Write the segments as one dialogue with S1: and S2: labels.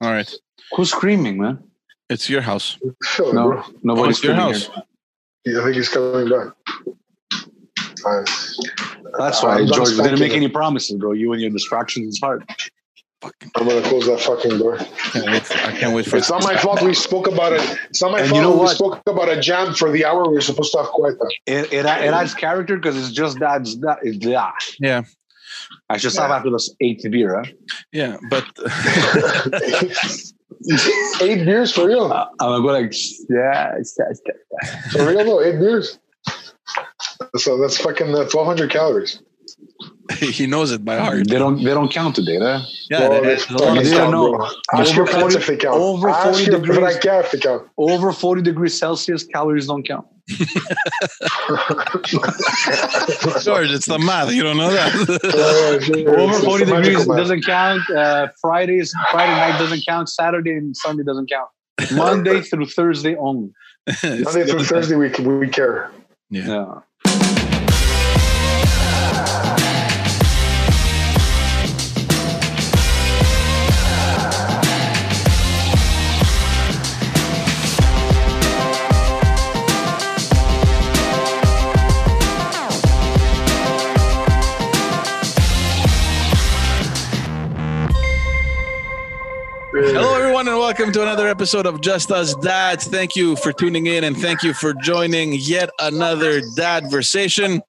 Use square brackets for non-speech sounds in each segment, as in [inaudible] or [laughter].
S1: All right.
S2: Who's screaming, man?
S1: It's your house.
S3: Sure,
S2: No,
S1: Oh,
S2: nobody's
S1: it's your
S2: screaming.
S1: house.
S2: here.
S3: bro. I think he's coming back. Nice.
S2: That's why,
S3: I'm
S2: George, we didn't make
S3: speculating.
S2: any promises, bro. You and your distractions is hard.
S3: I'm gonna close that fucking door.
S1: Can't wait. I can't wait for
S3: It's not my fault we spoke about it. It's not my
S2: And you
S3: fault
S2: know
S3: we
S2: what?
S3: spoke about a jam for the hour we were supposed to have quiet time.
S2: It, it, it adds character because it's just that. It's that. It's that.
S1: Yeah.
S2: I should stop after this eighth beer. Huh?
S1: Yeah, but [laughs]
S3: eight beers for real.
S2: Uh, I'm gonna go like, yeah, it's, it's,
S3: For real though, eight beers. So that's fucking uh, 1,200 calories.
S1: he knows it by heart.
S2: they don't they don't count today, huh?
S1: Yeah,
S3: Well,
S1: that-
S3: it's
S1: that's a lot of-
S2: I
S3: They
S2: didn't
S3: don't
S2: know.
S3: Ask your
S2: Over
S3: friends
S2: 40
S3: if they count.
S2: over
S3: Ask
S2: 40
S3: your
S2: degrees.
S3: friends if they
S2: [laughs]
S3: count.
S2: Over 40 degrees Celsius, calories don't count.
S1: George, it's the math. You don't know that.
S3: Yeah, yeah, yeah.
S2: Over
S3: It's
S2: 40
S3: a magical
S2: degrees
S3: man.
S2: doesn't count. Uh, Fridays, Friday night doesn't count. Saturday and Sunday doesn't
S1: [laughs]
S2: count. Monday through Thursday only.
S1: [laughs] It's-
S3: Monday through Thursday, we, we care.
S2: Yeah.
S1: Hello, everyone, and welcome to another episode of Just Us Dads. Thank you for tuning in, and thank you for joining yet another dadversation.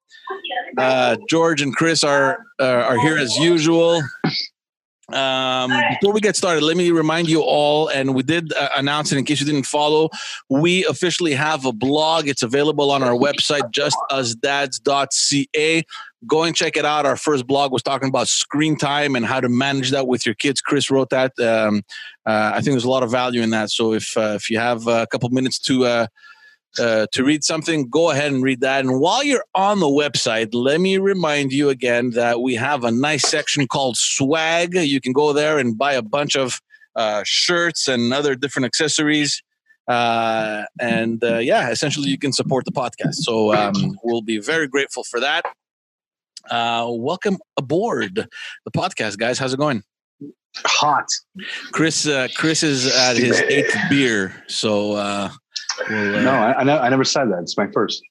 S1: Uh, George and Chris are uh, are here as usual. Um, before we get started, let me remind you all, and we did uh, announce it in case you didn't follow. We officially have a blog. It's available on our website, justusdads.ca. Go and check it out. Our first blog was talking about screen time and how to manage that with your kids. Chris wrote that. Um, uh, I think there's a lot of value in that. So if uh, if you have a couple minutes to uh, uh, to read something, go ahead and read that. And while you're on the website, let me remind you again that we have a nice section called swag. You can go there and buy a bunch of uh, shirts and other different accessories. Uh, and uh, yeah, essentially, you can support the podcast. So um, we'll be very grateful for that. Uh, welcome aboard the podcast, guys. How's it going?
S2: Hot.
S1: Chris, uh, Chris is at his eighth beer, so uh, we'll, uh,
S2: No, I, I, ne- I never said that. It's my first.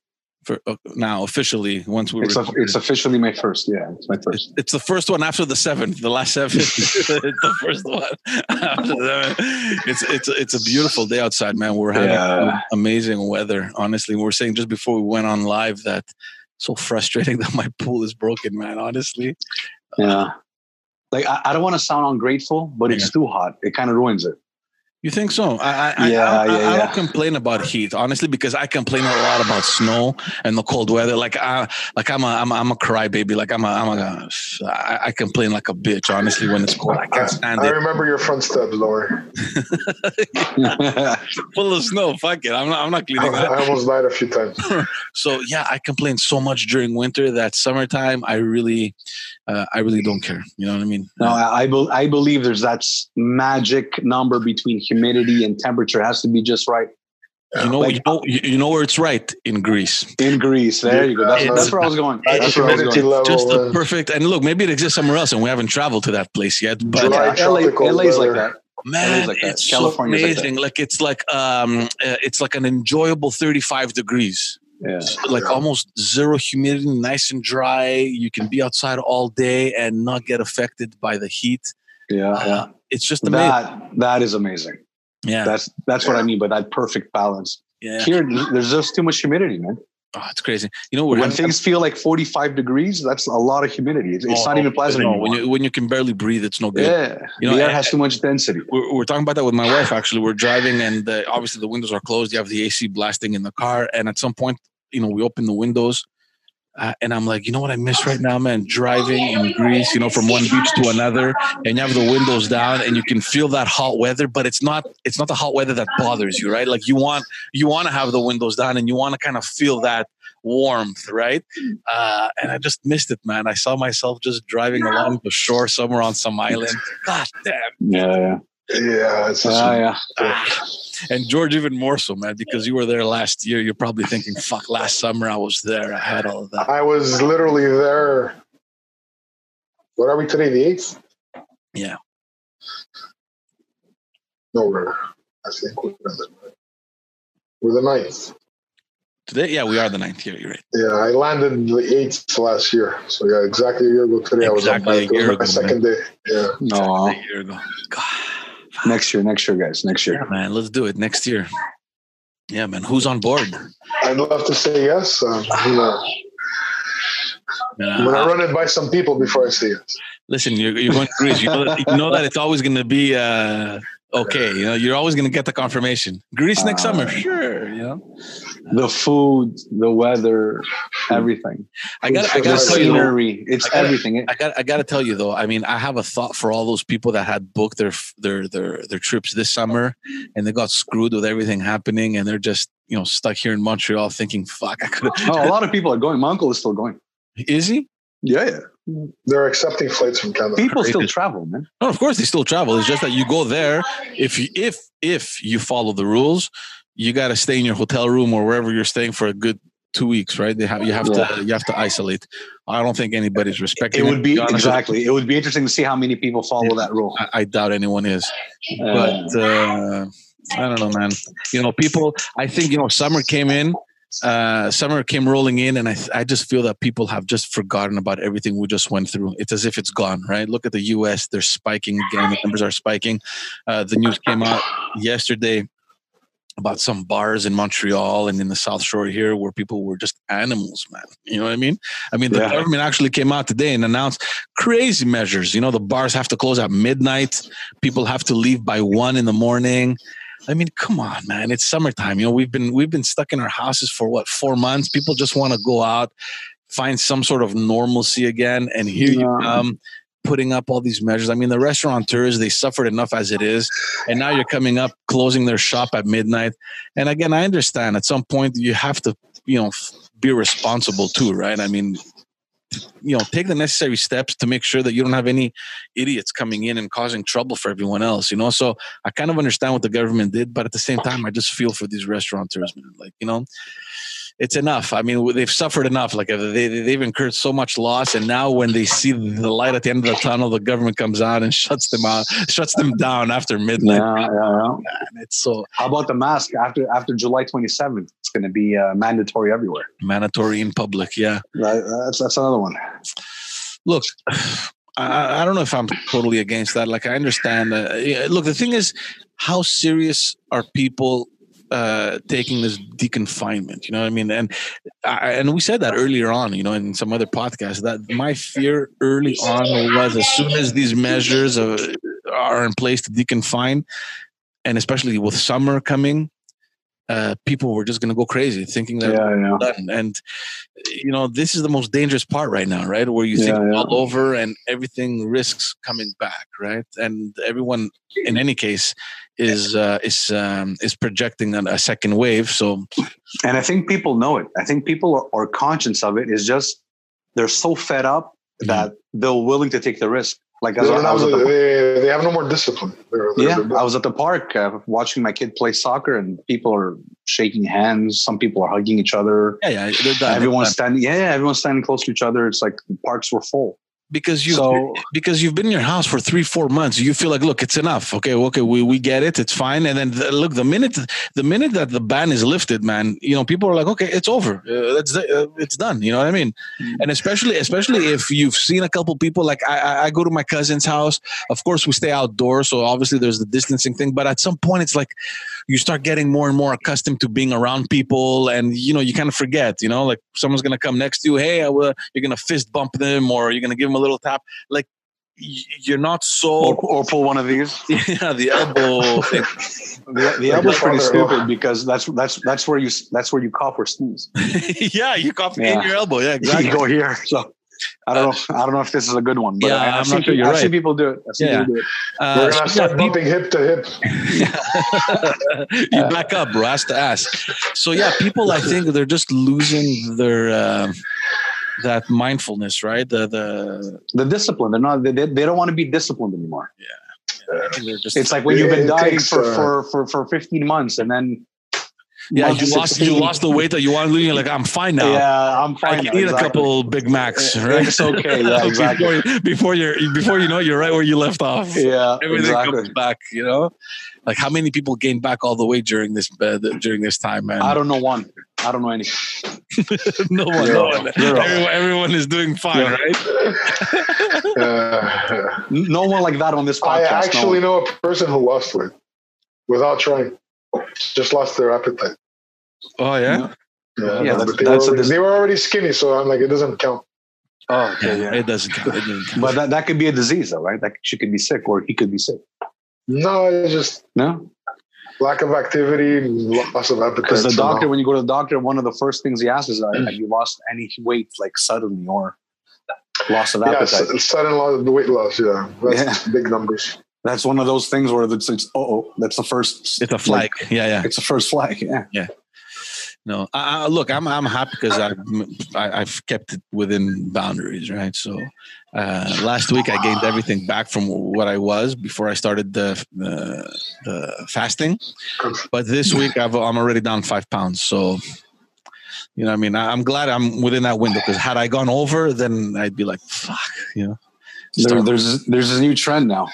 S1: for, uh, now officially once we
S2: It's,
S1: were,
S2: of it's officially my first. Yeah, it's my first.
S1: it's the first one after the seventh, the last
S2: [laughs]
S1: seven, [laughs] it's the first one. After the seventh. It's it's it's a beautiful day outside, man. We're having
S2: Yeah.
S1: amazing weather. Honestly, we were saying just before we went on live that it's so frustrating [laughs] that my pool is broken, man. Honestly,
S2: Yeah. Like I, I don't want to sound ungrateful, but
S1: Yeah.
S2: it's too hot. It kind of ruins it. [laughs]
S1: you think so? I I,
S2: Yeah,
S1: I, I,
S2: yeah,
S1: I don't
S2: yeah.
S1: complain about heat, honestly, because I complain a lot about snow and the cold weather. Like I like I'm a I'm a, I'm a crybaby. Like I'm a I'm a I, I complain like a bitch. Honestly, when it's cold, I can't stand
S3: I
S1: it.
S3: remember your front steps, don't worry.
S1: full of snow. Fuck it. I'm not, I'm not
S3: I,
S1: cleaning
S2: [laughs]
S1: that.
S3: I almost died a few times.
S1: So yeah, I complain so much during winter that summertime, I really, uh, I really don't care. You know what I mean?
S2: no, I I, bel I believe there's that s- magic number between humidity and temperature It has to be just right
S1: you know,
S2: like-
S1: you know, you you know where it's right in Greece.
S2: in Greece. There you go. That's,
S1: It's-
S2: that's where I was going.
S3: At
S2: That's where I was
S3: humidity
S2: going.
S3: level.
S1: Just the
S3: uh,
S1: perfect. And look, maybe it exists somewhere else, and we haven't traveled to that place yet. But
S3: July
S2: Yeah, LA,
S3: tropical
S2: LA's like
S3: weather.
S2: that.
S1: man,
S2: LA's like that.
S1: it's
S2: California's
S1: so
S2: like that.
S1: amazing. Like, it's like um, uh, it's like an enjoyable 35 degrees.
S2: Yeah.
S1: Like almost zero humidity, nice and dry. You can be outside all day and not get affected by the heat. Uh,
S2: Yeah. yeah.
S1: It's just amazing.
S2: Uh-huh. That that is amazing.
S1: yeah.
S2: That's that's what I mean by that perfect balance.
S1: Yeah.
S2: Here, there's just too much humidity, man.
S1: Oh, it's crazy. You know, we're
S2: When
S1: having-
S2: things feel like 45 degrees, that's a lot of humidity. It's, it's
S1: Oh,
S2: not
S1: no,
S2: even pleasant
S1: no,
S2: anymore.
S1: When you, when you can barely breathe, it's no good.
S2: yeah,
S1: You know,
S2: the air
S1: I-
S2: has too much density.
S1: We're, we're talking about that with my wife, actually. We're driving, and uh, obviously the windows are closed. You have the AC blasting in the car. And at some point, you know, we open the windows. Uh, and I'm like, you know what I miss right now, man? Driving in Greece, you know, from one beach to another, and you have the windows down, and you can feel that hot weather. But it's not, it's not the hot weather that bothers you, right? Like you want, you want to have the windows down, and you want to kind of feel that warmth, right? Uh, and I just missed it, man. I saw myself just driving along the shore somewhere on some island. God damn.
S2: Yeah, yeah.
S3: yeah, it's just,
S2: Ah, yeah.
S1: Ah. [laughs] And George, even more so, man, because you were there last year. You're probably thinking, fuck, last summer I was there. I had all of that.
S3: I was literally there. What are we today? The eighth.
S1: Yeah.
S3: No, we're, I think we're the, we're the ninth.
S1: Today, yeah, we are the ninth here. You're right.
S3: Yeah, I landed the eighth last year. So yeah, exactly a year ago
S1: Exactly
S3: today. I was on my,
S1: a year
S3: my
S1: ago,
S3: second day. Yeah.
S2: No,
S1: A year ago.
S2: next year, next year, guys, next year.
S1: Man, let's do it next year. Yeah, man. Who's on board?
S3: I'd love to say yes. Um, you know, I'm
S1: Man,
S3: gonna
S1: I-
S3: run it by some people before I say yes.
S1: uh, listen, you're, you're going to Greece. You know that, you know that it's always going to be uh, okay. You know, you're always going to get the confirmation. Greece next
S2: Uh,
S1: summer, sure. You know,
S2: The food, the weather, everything.
S1: I got. I
S2: The
S1: got to tell you. though,
S2: scenery, it's
S1: I gotta-
S2: everything.
S1: I got. I got to tell you though. I mean, I have a thought for all those people that had booked their f- their their their trips this summer, and they got screwed with everything happening, and they're just you know stuck here in Montreal thinking, "Fuck, I could." have
S2: No, a lot of people are going. My uncle is still going.
S1: [laughs] Is he?
S2: Yeah, yeah.
S3: They're accepting flights from Canada.
S2: People still travel, man.
S1: No, of course they still travel. It's just that you go there if you, if if you follow the rules, you got to stay in your hotel room or wherever you're staying for a good two weeks, right? They have you have to you have to isolate. I don't think anybody's respecting.
S2: It would be
S1: to honest with you.
S2: exactly. It would be interesting to see how many people follow that rule.
S1: I, I doubt anyone is,
S2: Uh,
S1: but uh, I don't know, man. You know, people. I think you know, summer came in. Uh, summer came rolling in, and I, I just feel that people have just forgotten about everything we just went through. It's as if it's gone, right? Look at the U.S. They're spiking again. The numbers are spiking. Uh, the news came out yesterday about some bars in Montreal and in the South Shore here where people were just animals, man. You know what I mean? I mean, the
S2: Yeah.
S1: government actually came out today and announced crazy measures. You know, the bars have to close at midnight. People have to leave by one in the morning. I mean, come on, man. It's summertime. You know, we've been we've been stuck in our houses for what four months. People just want to go out, find some sort of normalcy again. And here you
S2: Yeah.
S1: come, putting up all these measures. I mean, the restaurateurs they suffered enough as it is, and now you're coming up closing their shop at midnight. And again, I understand at some point you have to, you know, f- be responsible too, right? I mean, you know, take the necessary steps to make sure that you don't have any idiots coming in and causing trouble for everyone else. You know, so I kind of understand what the government did, but at the same time, I just feel for these restaurateurs, man. Like, you know, it's enough. I mean, they've suffered enough. Like, uh, they, they- they've incurred so much loss, and now when they see the light at the end of the tunnel, the government comes out and [laughs] shuts them out, shuts them down after
S2: yeah,
S1: midnight.
S2: yeah, yeah.
S1: Man, it's so
S2: How about the mask after after July 27th? It's going to be uh, mandatory everywhere.
S1: mandatory in public. Yeah.
S2: That, that's that's another one.
S1: look I- I, I don't know if i'm totally against that like i understand uh, yeah, look the thing is how serious are people uh, taking this deconfinement you know what i mean and I, and we said that earlier on you know in some other podcast that my fear early on was as soon as these measures are, are in place to deconfine and especially with summer coming uh, people were just going to go crazy thinking that
S2: Yeah, yeah.
S1: done. And you know, this is the most dangerous part right now, right? Where you think
S2: Yeah, yeah.
S1: all over and everything risks coming back, right? And everyone, in any case, is uh, is um, is projecting on a second wave. So
S2: And I think people know it. I think people are, are conscious of it. It's just they're so fed up
S1: Mm-hmm.
S2: that they're willing to take the risk. Like
S3: They,
S2: as I,
S3: don't
S2: I
S3: have,
S2: was at
S3: the,
S2: the,
S3: they, they have no more discipline. They're- they're-
S2: yeah,
S3: they're-
S2: I was at the park uh, watching my kid play soccer, and people are shaking hands. Some people are hugging each other.
S1: yeah, yeah they're done.
S2: Everyone's
S1: They're done.
S2: standing. Yeah, yeah, everyone's standing close to each other. It's like the parks were full.
S1: because you
S2: so
S1: because you've been in your house for three four months you feel like look it's enough okay okay we, we get it it's fine and then the, look the minute the minute that the ban is lifted man you know people are like okay it's over uh, that's uh, it's done you know what i mean and especially especially if you've seen a couple people like I, I i go to my cousin's house of course we stay outdoors so obviously there's the distancing thing but at some point it's like you start getting more and more accustomed to being around people and you know you kind of forget you know like someone's gonna come next to you hey I will, you're gonna fist bump them or you're gonna give them a little tap like y- you're not
S2: or,
S1: so
S2: or pull one of these.
S1: [laughs] yeah the elbow thing.
S2: The, the
S3: Like
S2: elbow's
S3: my
S2: pretty
S3: father-in-law.
S2: stupid because that's that's that's where you s- that's where you cough or sneeze.
S1: [laughs] yeah you cough in
S2: Yeah.
S1: your elbow yeah exactly
S2: You go here. So I don't know. I don't know if this is a good one, but
S1: Yeah,
S2: I,
S1: I'm
S2: have seen,
S1: not sure
S2: pe-
S1: you're
S2: I've seen
S1: right.
S2: people do it. I've seen
S1: Yeah.
S2: people do it.
S1: Uh,
S3: We're gonna
S1: speaking [laughs]
S3: start
S1: of people-
S3: bumping hip to hip.
S1: you back up, bro, ass to ass. So yeah, people, I think they're just losing their uh, that mindfulness, right? The the
S2: The discipline. They're not. They, they they don't want to be disciplined anymore.
S1: they're just
S2: It's like when you've been
S3: It
S2: dieting
S3: takes,
S2: for,
S3: uh,
S2: for for for 15 months and then
S1: Yeah,
S2: Month
S1: you lost
S2: 16.
S1: you lost the weight that you wanted to lose. You're like, I'm fine now.
S2: Yeah, I'm fine.
S1: I can
S2: now,
S1: eat a
S2: exactly.
S1: couple Big Macs, right?
S2: It's okay. Yeah, exactly.
S1: [laughs] before, before you're before you know it, you're right where you left off.
S2: Yeah,
S1: Everything
S2: exactly.
S1: comes back, you know. Like how many people gained back all the weight during this uh, the, during this time, man? [laughs]
S2: I don't know one. I don't know any.
S1: no one,
S3: Zero.
S1: no one.
S2: Zero.
S1: Everyone, everyone is doing fine,
S2: Yeah.
S1: right?
S3: Uh,
S2: No one like that on this podcast.
S3: I actually
S2: no.
S3: know a person who lost weight without trying, just lost their appetite.
S1: Oh yeah.
S2: No.
S3: Yeah,
S2: Yeah, that's-
S3: but they,
S2: that's a
S3: were already,
S2: dis-
S3: they were already skinny, so I'm like, it doesn't count.
S2: Oh, okay,
S1: Yeah,
S2: yeah.
S1: it doesn't count. It doesn't count.
S2: But that, that could be a disease, though, right? Like she could be sick, or he could be sick.
S3: No, it's just
S2: No,
S3: lack of activity, loss of appetite.
S2: because the
S3: somehow.
S2: doctor, when you go to the doctor, one of the first things he asks is, uh, "Have you lost any weight, like suddenly, or loss of
S3: yeah,
S2: appetite?"
S3: su- sudden loss, weight loss. Yeah, that's big numbers.
S2: That's one of those things where it's, it's oh, that's the first.
S1: it's a flag. Yeah, yeah.
S2: it's the first flag. Yeah.
S1: No, I, I, look, I'm I'm happy because I've I, I've kept it within boundaries, right? So uh, last week I gained everything back from what I was before I started the the, the fasting, but
S2: [laughs]
S1: this week I've, I'm already down five pounds. So you know, what I mean, I, I'm glad I'm within that window because had I gone over, then I'd be like, fuck, you know.
S2: There,
S1: Start-
S2: there's there's a new trend now.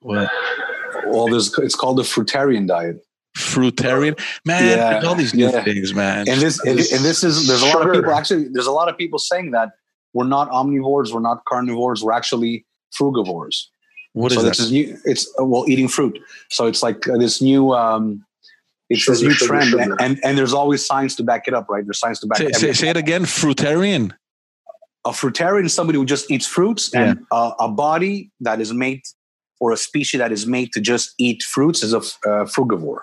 S1: what?
S2: Well, there's it's called the fruitarian diet,
S1: fruitarian man.
S2: Yeah,
S1: There's all these new
S2: yeah.
S1: things, man.
S2: and this and, and this is there's a lot of
S3: Sugar.
S2: people actually there's a lot of people saying that we're not omnivores, we're not carnivores, we're actually frugivores.
S1: what is
S2: so
S1: that?
S2: this is new. It's uh, well, eating fruit. So it's like uh, this new. um It's this
S3: Sugar,
S2: new
S3: sugar,
S2: trend,
S3: sugar.
S2: And, and there's always science to back it up, right? There's science to back
S1: Say,
S2: it up.
S1: say, say it again. Fruitarian.
S2: a fruitarian is somebody who just eats fruits, and uh, a body that is made or a species that is made to just eat fruits is a f- uh, frugivore.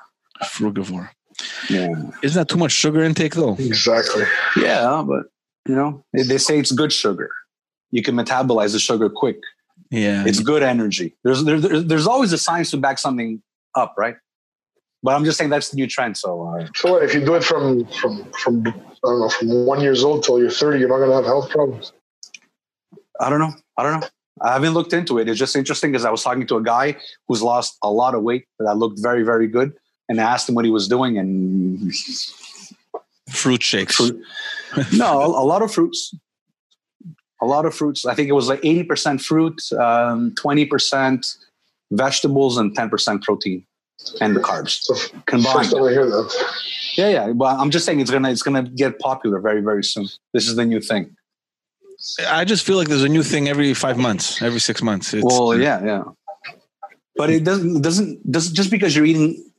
S1: Frugivore.
S2: Yeah.
S1: Isn't that too much sugar intake though?
S3: Exactly.
S2: Yeah, but you know, they, they say it's good sugar. You can metabolize the sugar quick.
S1: Mm-hmm. Yeah.
S2: It's good energy. There's there, there- there's always a science to back something up, right? But I'm just saying that's the new trend. So uh,
S3: So what if you do it from from from I don't know from one years old till you're thirty, you're not gonna have health problems.
S2: I don't know. I don't know. I haven't looked into it. It's just interesting because I was talking to a guy who's lost a lot of weight that looked very very good, and I asked him what he was doing, and
S1: fruit shakes.
S2: Fruit- no, a lot of fruits. A lot of fruits. I think it was like eighty percent fruit, um, twenty percent vegetables, and ten percent protein and the carbs
S3: So f-
S2: combined.
S3: first time I hear that.
S2: Yeah, yeah. But I'm just saying it's gonna it's gonna get popular very very soon. This is the new thing.
S1: I just feel like there's a new thing every five months, every six months. It's,
S2: well, yeah, yeah. But it doesn't doesn't does just because you're eating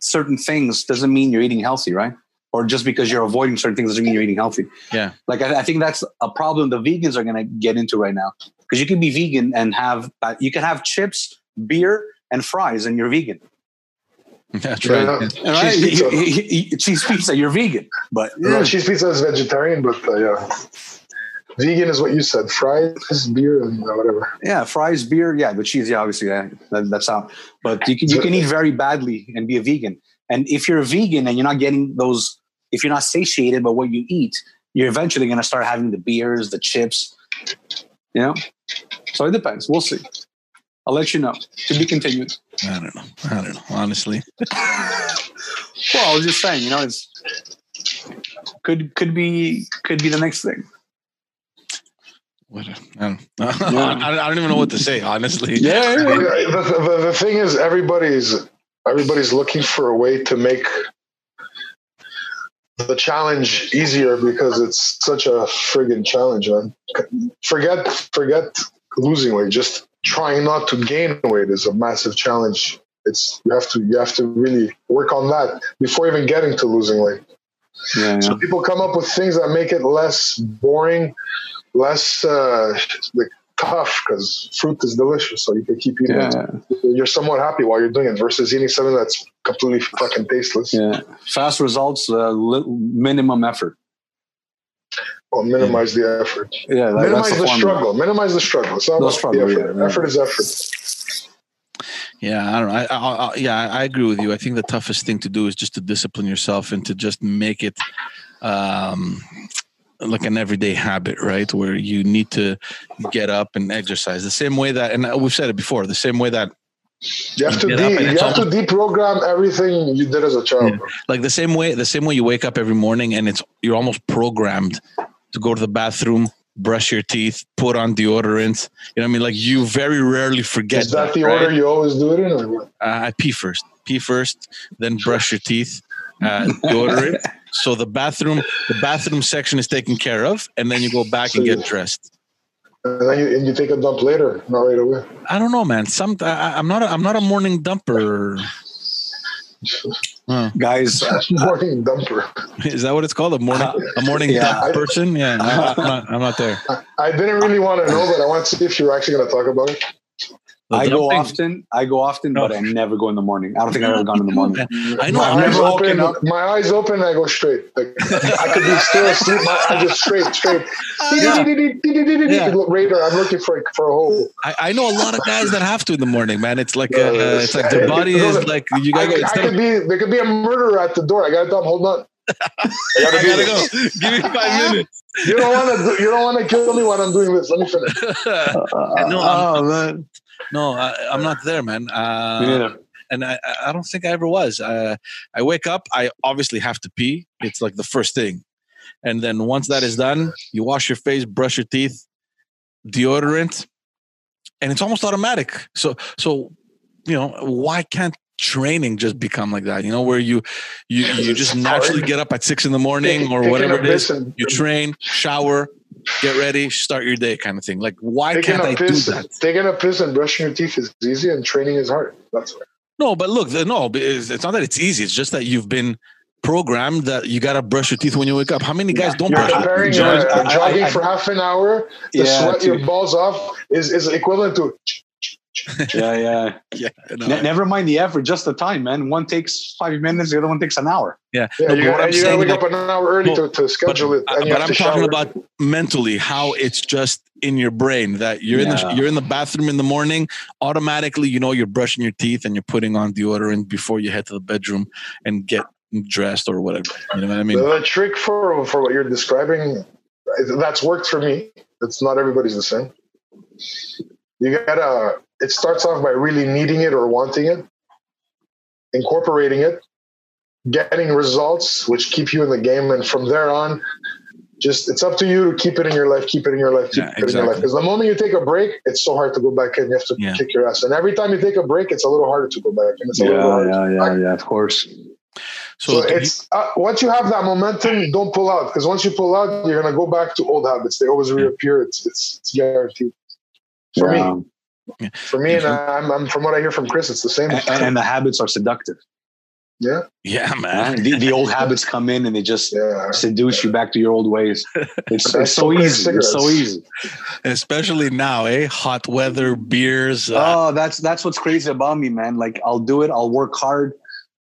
S2: certain things doesn't mean you're eating healthy, right? Or just because you're avoiding certain things doesn't mean you're eating healthy.
S1: Yeah.
S2: Like I, I think that's a problem the vegans are gonna get into right now because you can be vegan and have uh, you can have chips, beer, and fries, and you're vegan.
S1: [laughs] That's right.
S3: Yeah.
S2: All right,
S3: Cheese pizza.
S2: You- you- you- cheese pizza, [laughs] you're vegan, but
S3: No, cheese pizza is vegetarian, but uh, yeah, vegan is what you said. Fries, beer, and uh, whatever.
S2: Yeah, fries, beer, yeah, but cheese, yeah, obviously, yeah, that, that's out. But you can you can eat very badly and be a vegan. And if you're a vegan and you're not getting those, if you're not satiated by what you eat, you're eventually going to start having the beers, the chips, you know. So it depends. We'll see. I'll let you know. To be continued.
S1: I don't know. I don't know. Honestly,
S2: Well, I was just saying, you know, it's could could be could be the next thing.
S1: what a, I, don't, [laughs] I, don't, I don't even know what to say. Honestly,
S2: Yeah.
S3: The, the, the thing is, everybody's everybody's looking for a way to make the challenge easier because it's such a friggin' challenge, man. Forget forget losing weight. Just trying not to gain weight is a massive challenge. It's you have to you have to really work on that before even getting to losing weight.
S2: yeah, yeah.
S3: So people come up with things that make it less boring, less uh, like tough because fruit is delicious, so you can keep eating
S2: yeah.
S3: it. You're somewhat happy while you're doing it versus eating something that's completely fucking tasteless.
S2: Yeah. Fast results, uh, li- minimum effort.
S3: Or minimize the effort.
S2: Yeah, that,
S3: minimize
S2: that's
S3: the,
S2: formula.
S3: struggle. Minimize the struggle. It's not
S2: The
S3: about
S2: struggle,
S3: the effort.
S2: yeah, yeah.
S3: Effort is effort.
S1: Yeah, I don't know. I, I, I, yeah, I agree with you. I think the toughest thing to do is just to discipline yourself and to just make it um, like an everyday habit, right? Where you need to get up and exercise the same way that, and we've said it before, the same way that
S3: You have to
S1: get up
S3: de-
S1: and
S3: you
S1: it's
S3: have to deprogram everything you did as a child.
S1: Yeah.
S3: bro.
S1: like the same way the same way you wake up every morning and it's you're almost programmed to go to the bathroom brush your teeth put on deodorant you know what i mean like you very rarely forget
S3: Is that the
S1: right?
S3: order you always do it in? Or what?
S1: uh, i pee first pee first then brush your teeth uh, deodorant so the bathroom the bathroom section is taken care of and then you go back and get dressed
S3: And then you, and you take a dump later, not right away. [laughs]
S1: i don't know man some I, I- i'm not a, i'm not a morning dumper Huh.
S2: guys.
S3: Morning dumper.
S1: Is that what it's called? A morning, a morning
S2: Yeah.
S1: dump person? Yeah, I, am not, I'm not there.
S3: I didn't really want to know, but I want to see if you're actually going to talk about it.
S1: The
S2: I go
S1: dumping-
S2: often. I go often,
S1: No.
S2: but I never go in the morning. I don't think I've
S1: Yeah,
S2: ever gone in
S1: [laughs] me
S2: the
S1: too,
S2: morning.
S1: man. I know.
S3: My
S1: I'm
S3: eyes
S1: never
S2: walking
S3: open.
S2: up.
S3: My eyes open. and I go straight. Like, I could be still asleep. My eyes just straight,
S2: [laughs]
S3: straight.
S1: Yeah. Yeah.
S3: Radar. I'm looking for for a hole.
S1: I, I know a lot of guys that have to in the morning, man. It's like uh,
S3: Yeah, yeah,
S1: it's like their
S3: yeah.
S1: body
S3: No,
S1: is
S3: no,
S1: like you
S3: I
S1: gotta.
S3: could,
S1: It's
S3: I
S1: like,
S3: could be. There could be a murderer at the door. I got to dump. Hold on. I gotta
S1: [laughs] I
S3: do
S1: gotta go.
S3: this.
S1: Give me five minutes.
S3: You don't want to. You don't want to kill me when I'm doing this. Let me finish.
S1: [laughs] no, I'm-
S2: oh man,
S1: no, I, I'm not there, man.
S2: Me
S1: Uh,
S2: neither.
S1: and I, I- I don't think I ever was. Uh, I wake up. I obviously have to pee. It's like the first thing, and then once that is done, you wash your face, brush your teeth, deodorant, and it's almost automatic. So so, you know, why can't training just become like that? You know, where you you you just naturally get up at six in the morning or
S3: Taking
S1: whatever
S3: a
S1: it is.
S3: piss and-
S1: You train, shower, get ready, start your day, kind of thing. Like, why
S3: Taking
S1: can't I
S3: a
S1: do
S3: piss,
S1: that?
S3: taking a piss and brushing your teeth is easy, and training is hard. That's why.
S1: No, but look, the, no, it's, it's not that it's easy. It's just that you've been programmed that you gotta brush your teeth when you wake up. How many guys don't
S3: You're
S1: brush? their
S3: comparing
S1: teeth?
S2: George,
S3: uh,
S2: I- I-
S3: jogging
S2: I-
S3: for half an hour to
S2: Yeah,
S3: sweat your
S2: dude.
S3: balls off is, is equivalent to.
S2: yeah, yeah.
S1: Yeah, no.
S2: Ne- never mind the effort, just the time, man. One takes five minutes, the other one takes an hour.
S1: yeah.
S3: Yeah,
S1: No,
S3: you,
S1: but what I'm
S3: gotta, you gotta
S1: saying,
S3: wake
S1: like,
S3: up an hour early
S1: no,
S3: to, to schedule
S1: but,
S3: it. And you
S1: but
S3: have
S1: I'm
S3: to
S1: talking
S3: shower.
S1: about mentally how it's just in your brain that you're in
S2: Yeah.
S1: the you're in the bathroom in the morning. Automatically, you know you're brushing your teeth and you're putting on deodorant before you head to the bedroom and get dressed or whatever. You know what I mean?
S3: the, the trick for for what you're describing, that's worked for me. It's not everybody's the same. You gotta. It starts off by really needing it or wanting it, incorporating it, getting results which keep you in the game, and from there on, just it's up to you to keep it in your life, keep it in your life, keep
S1: Yeah,
S3: it in your life.
S1: exactly.
S3: Because the moment you take a break, it's so hard to go back in. You have to
S1: Yeah.
S3: kick your ass, and every time you take a break, it's a little harder to go back. And it's a little harder.
S2: yeah, yeah, yeah. Of course.
S1: So,
S3: So, it's uh, once you have that momentum, don't pull out because once you pull out, you're gonna go back to old habits. They always reappear. It's it's, it's guaranteed. For
S2: Yeah.
S3: me, for me, and I'm, I'm from what I hear from Chris, it's the same.
S2: A- And, the habits are seductive.
S3: yeah,
S1: [laughs] yeah,
S2: man.
S1: man.
S2: The, the old habits come in and they just
S3: yeah.
S2: seduce you back to your old ways. It's,
S3: I
S2: it's so
S3: still crave
S2: easy. It's so
S3: cigarettes.
S2: easy.
S1: Especially now, eh? Hot weather, beers. uh,
S2: Oh, that's that's what's crazy about me, man. Like I'll do it. I'll work hard.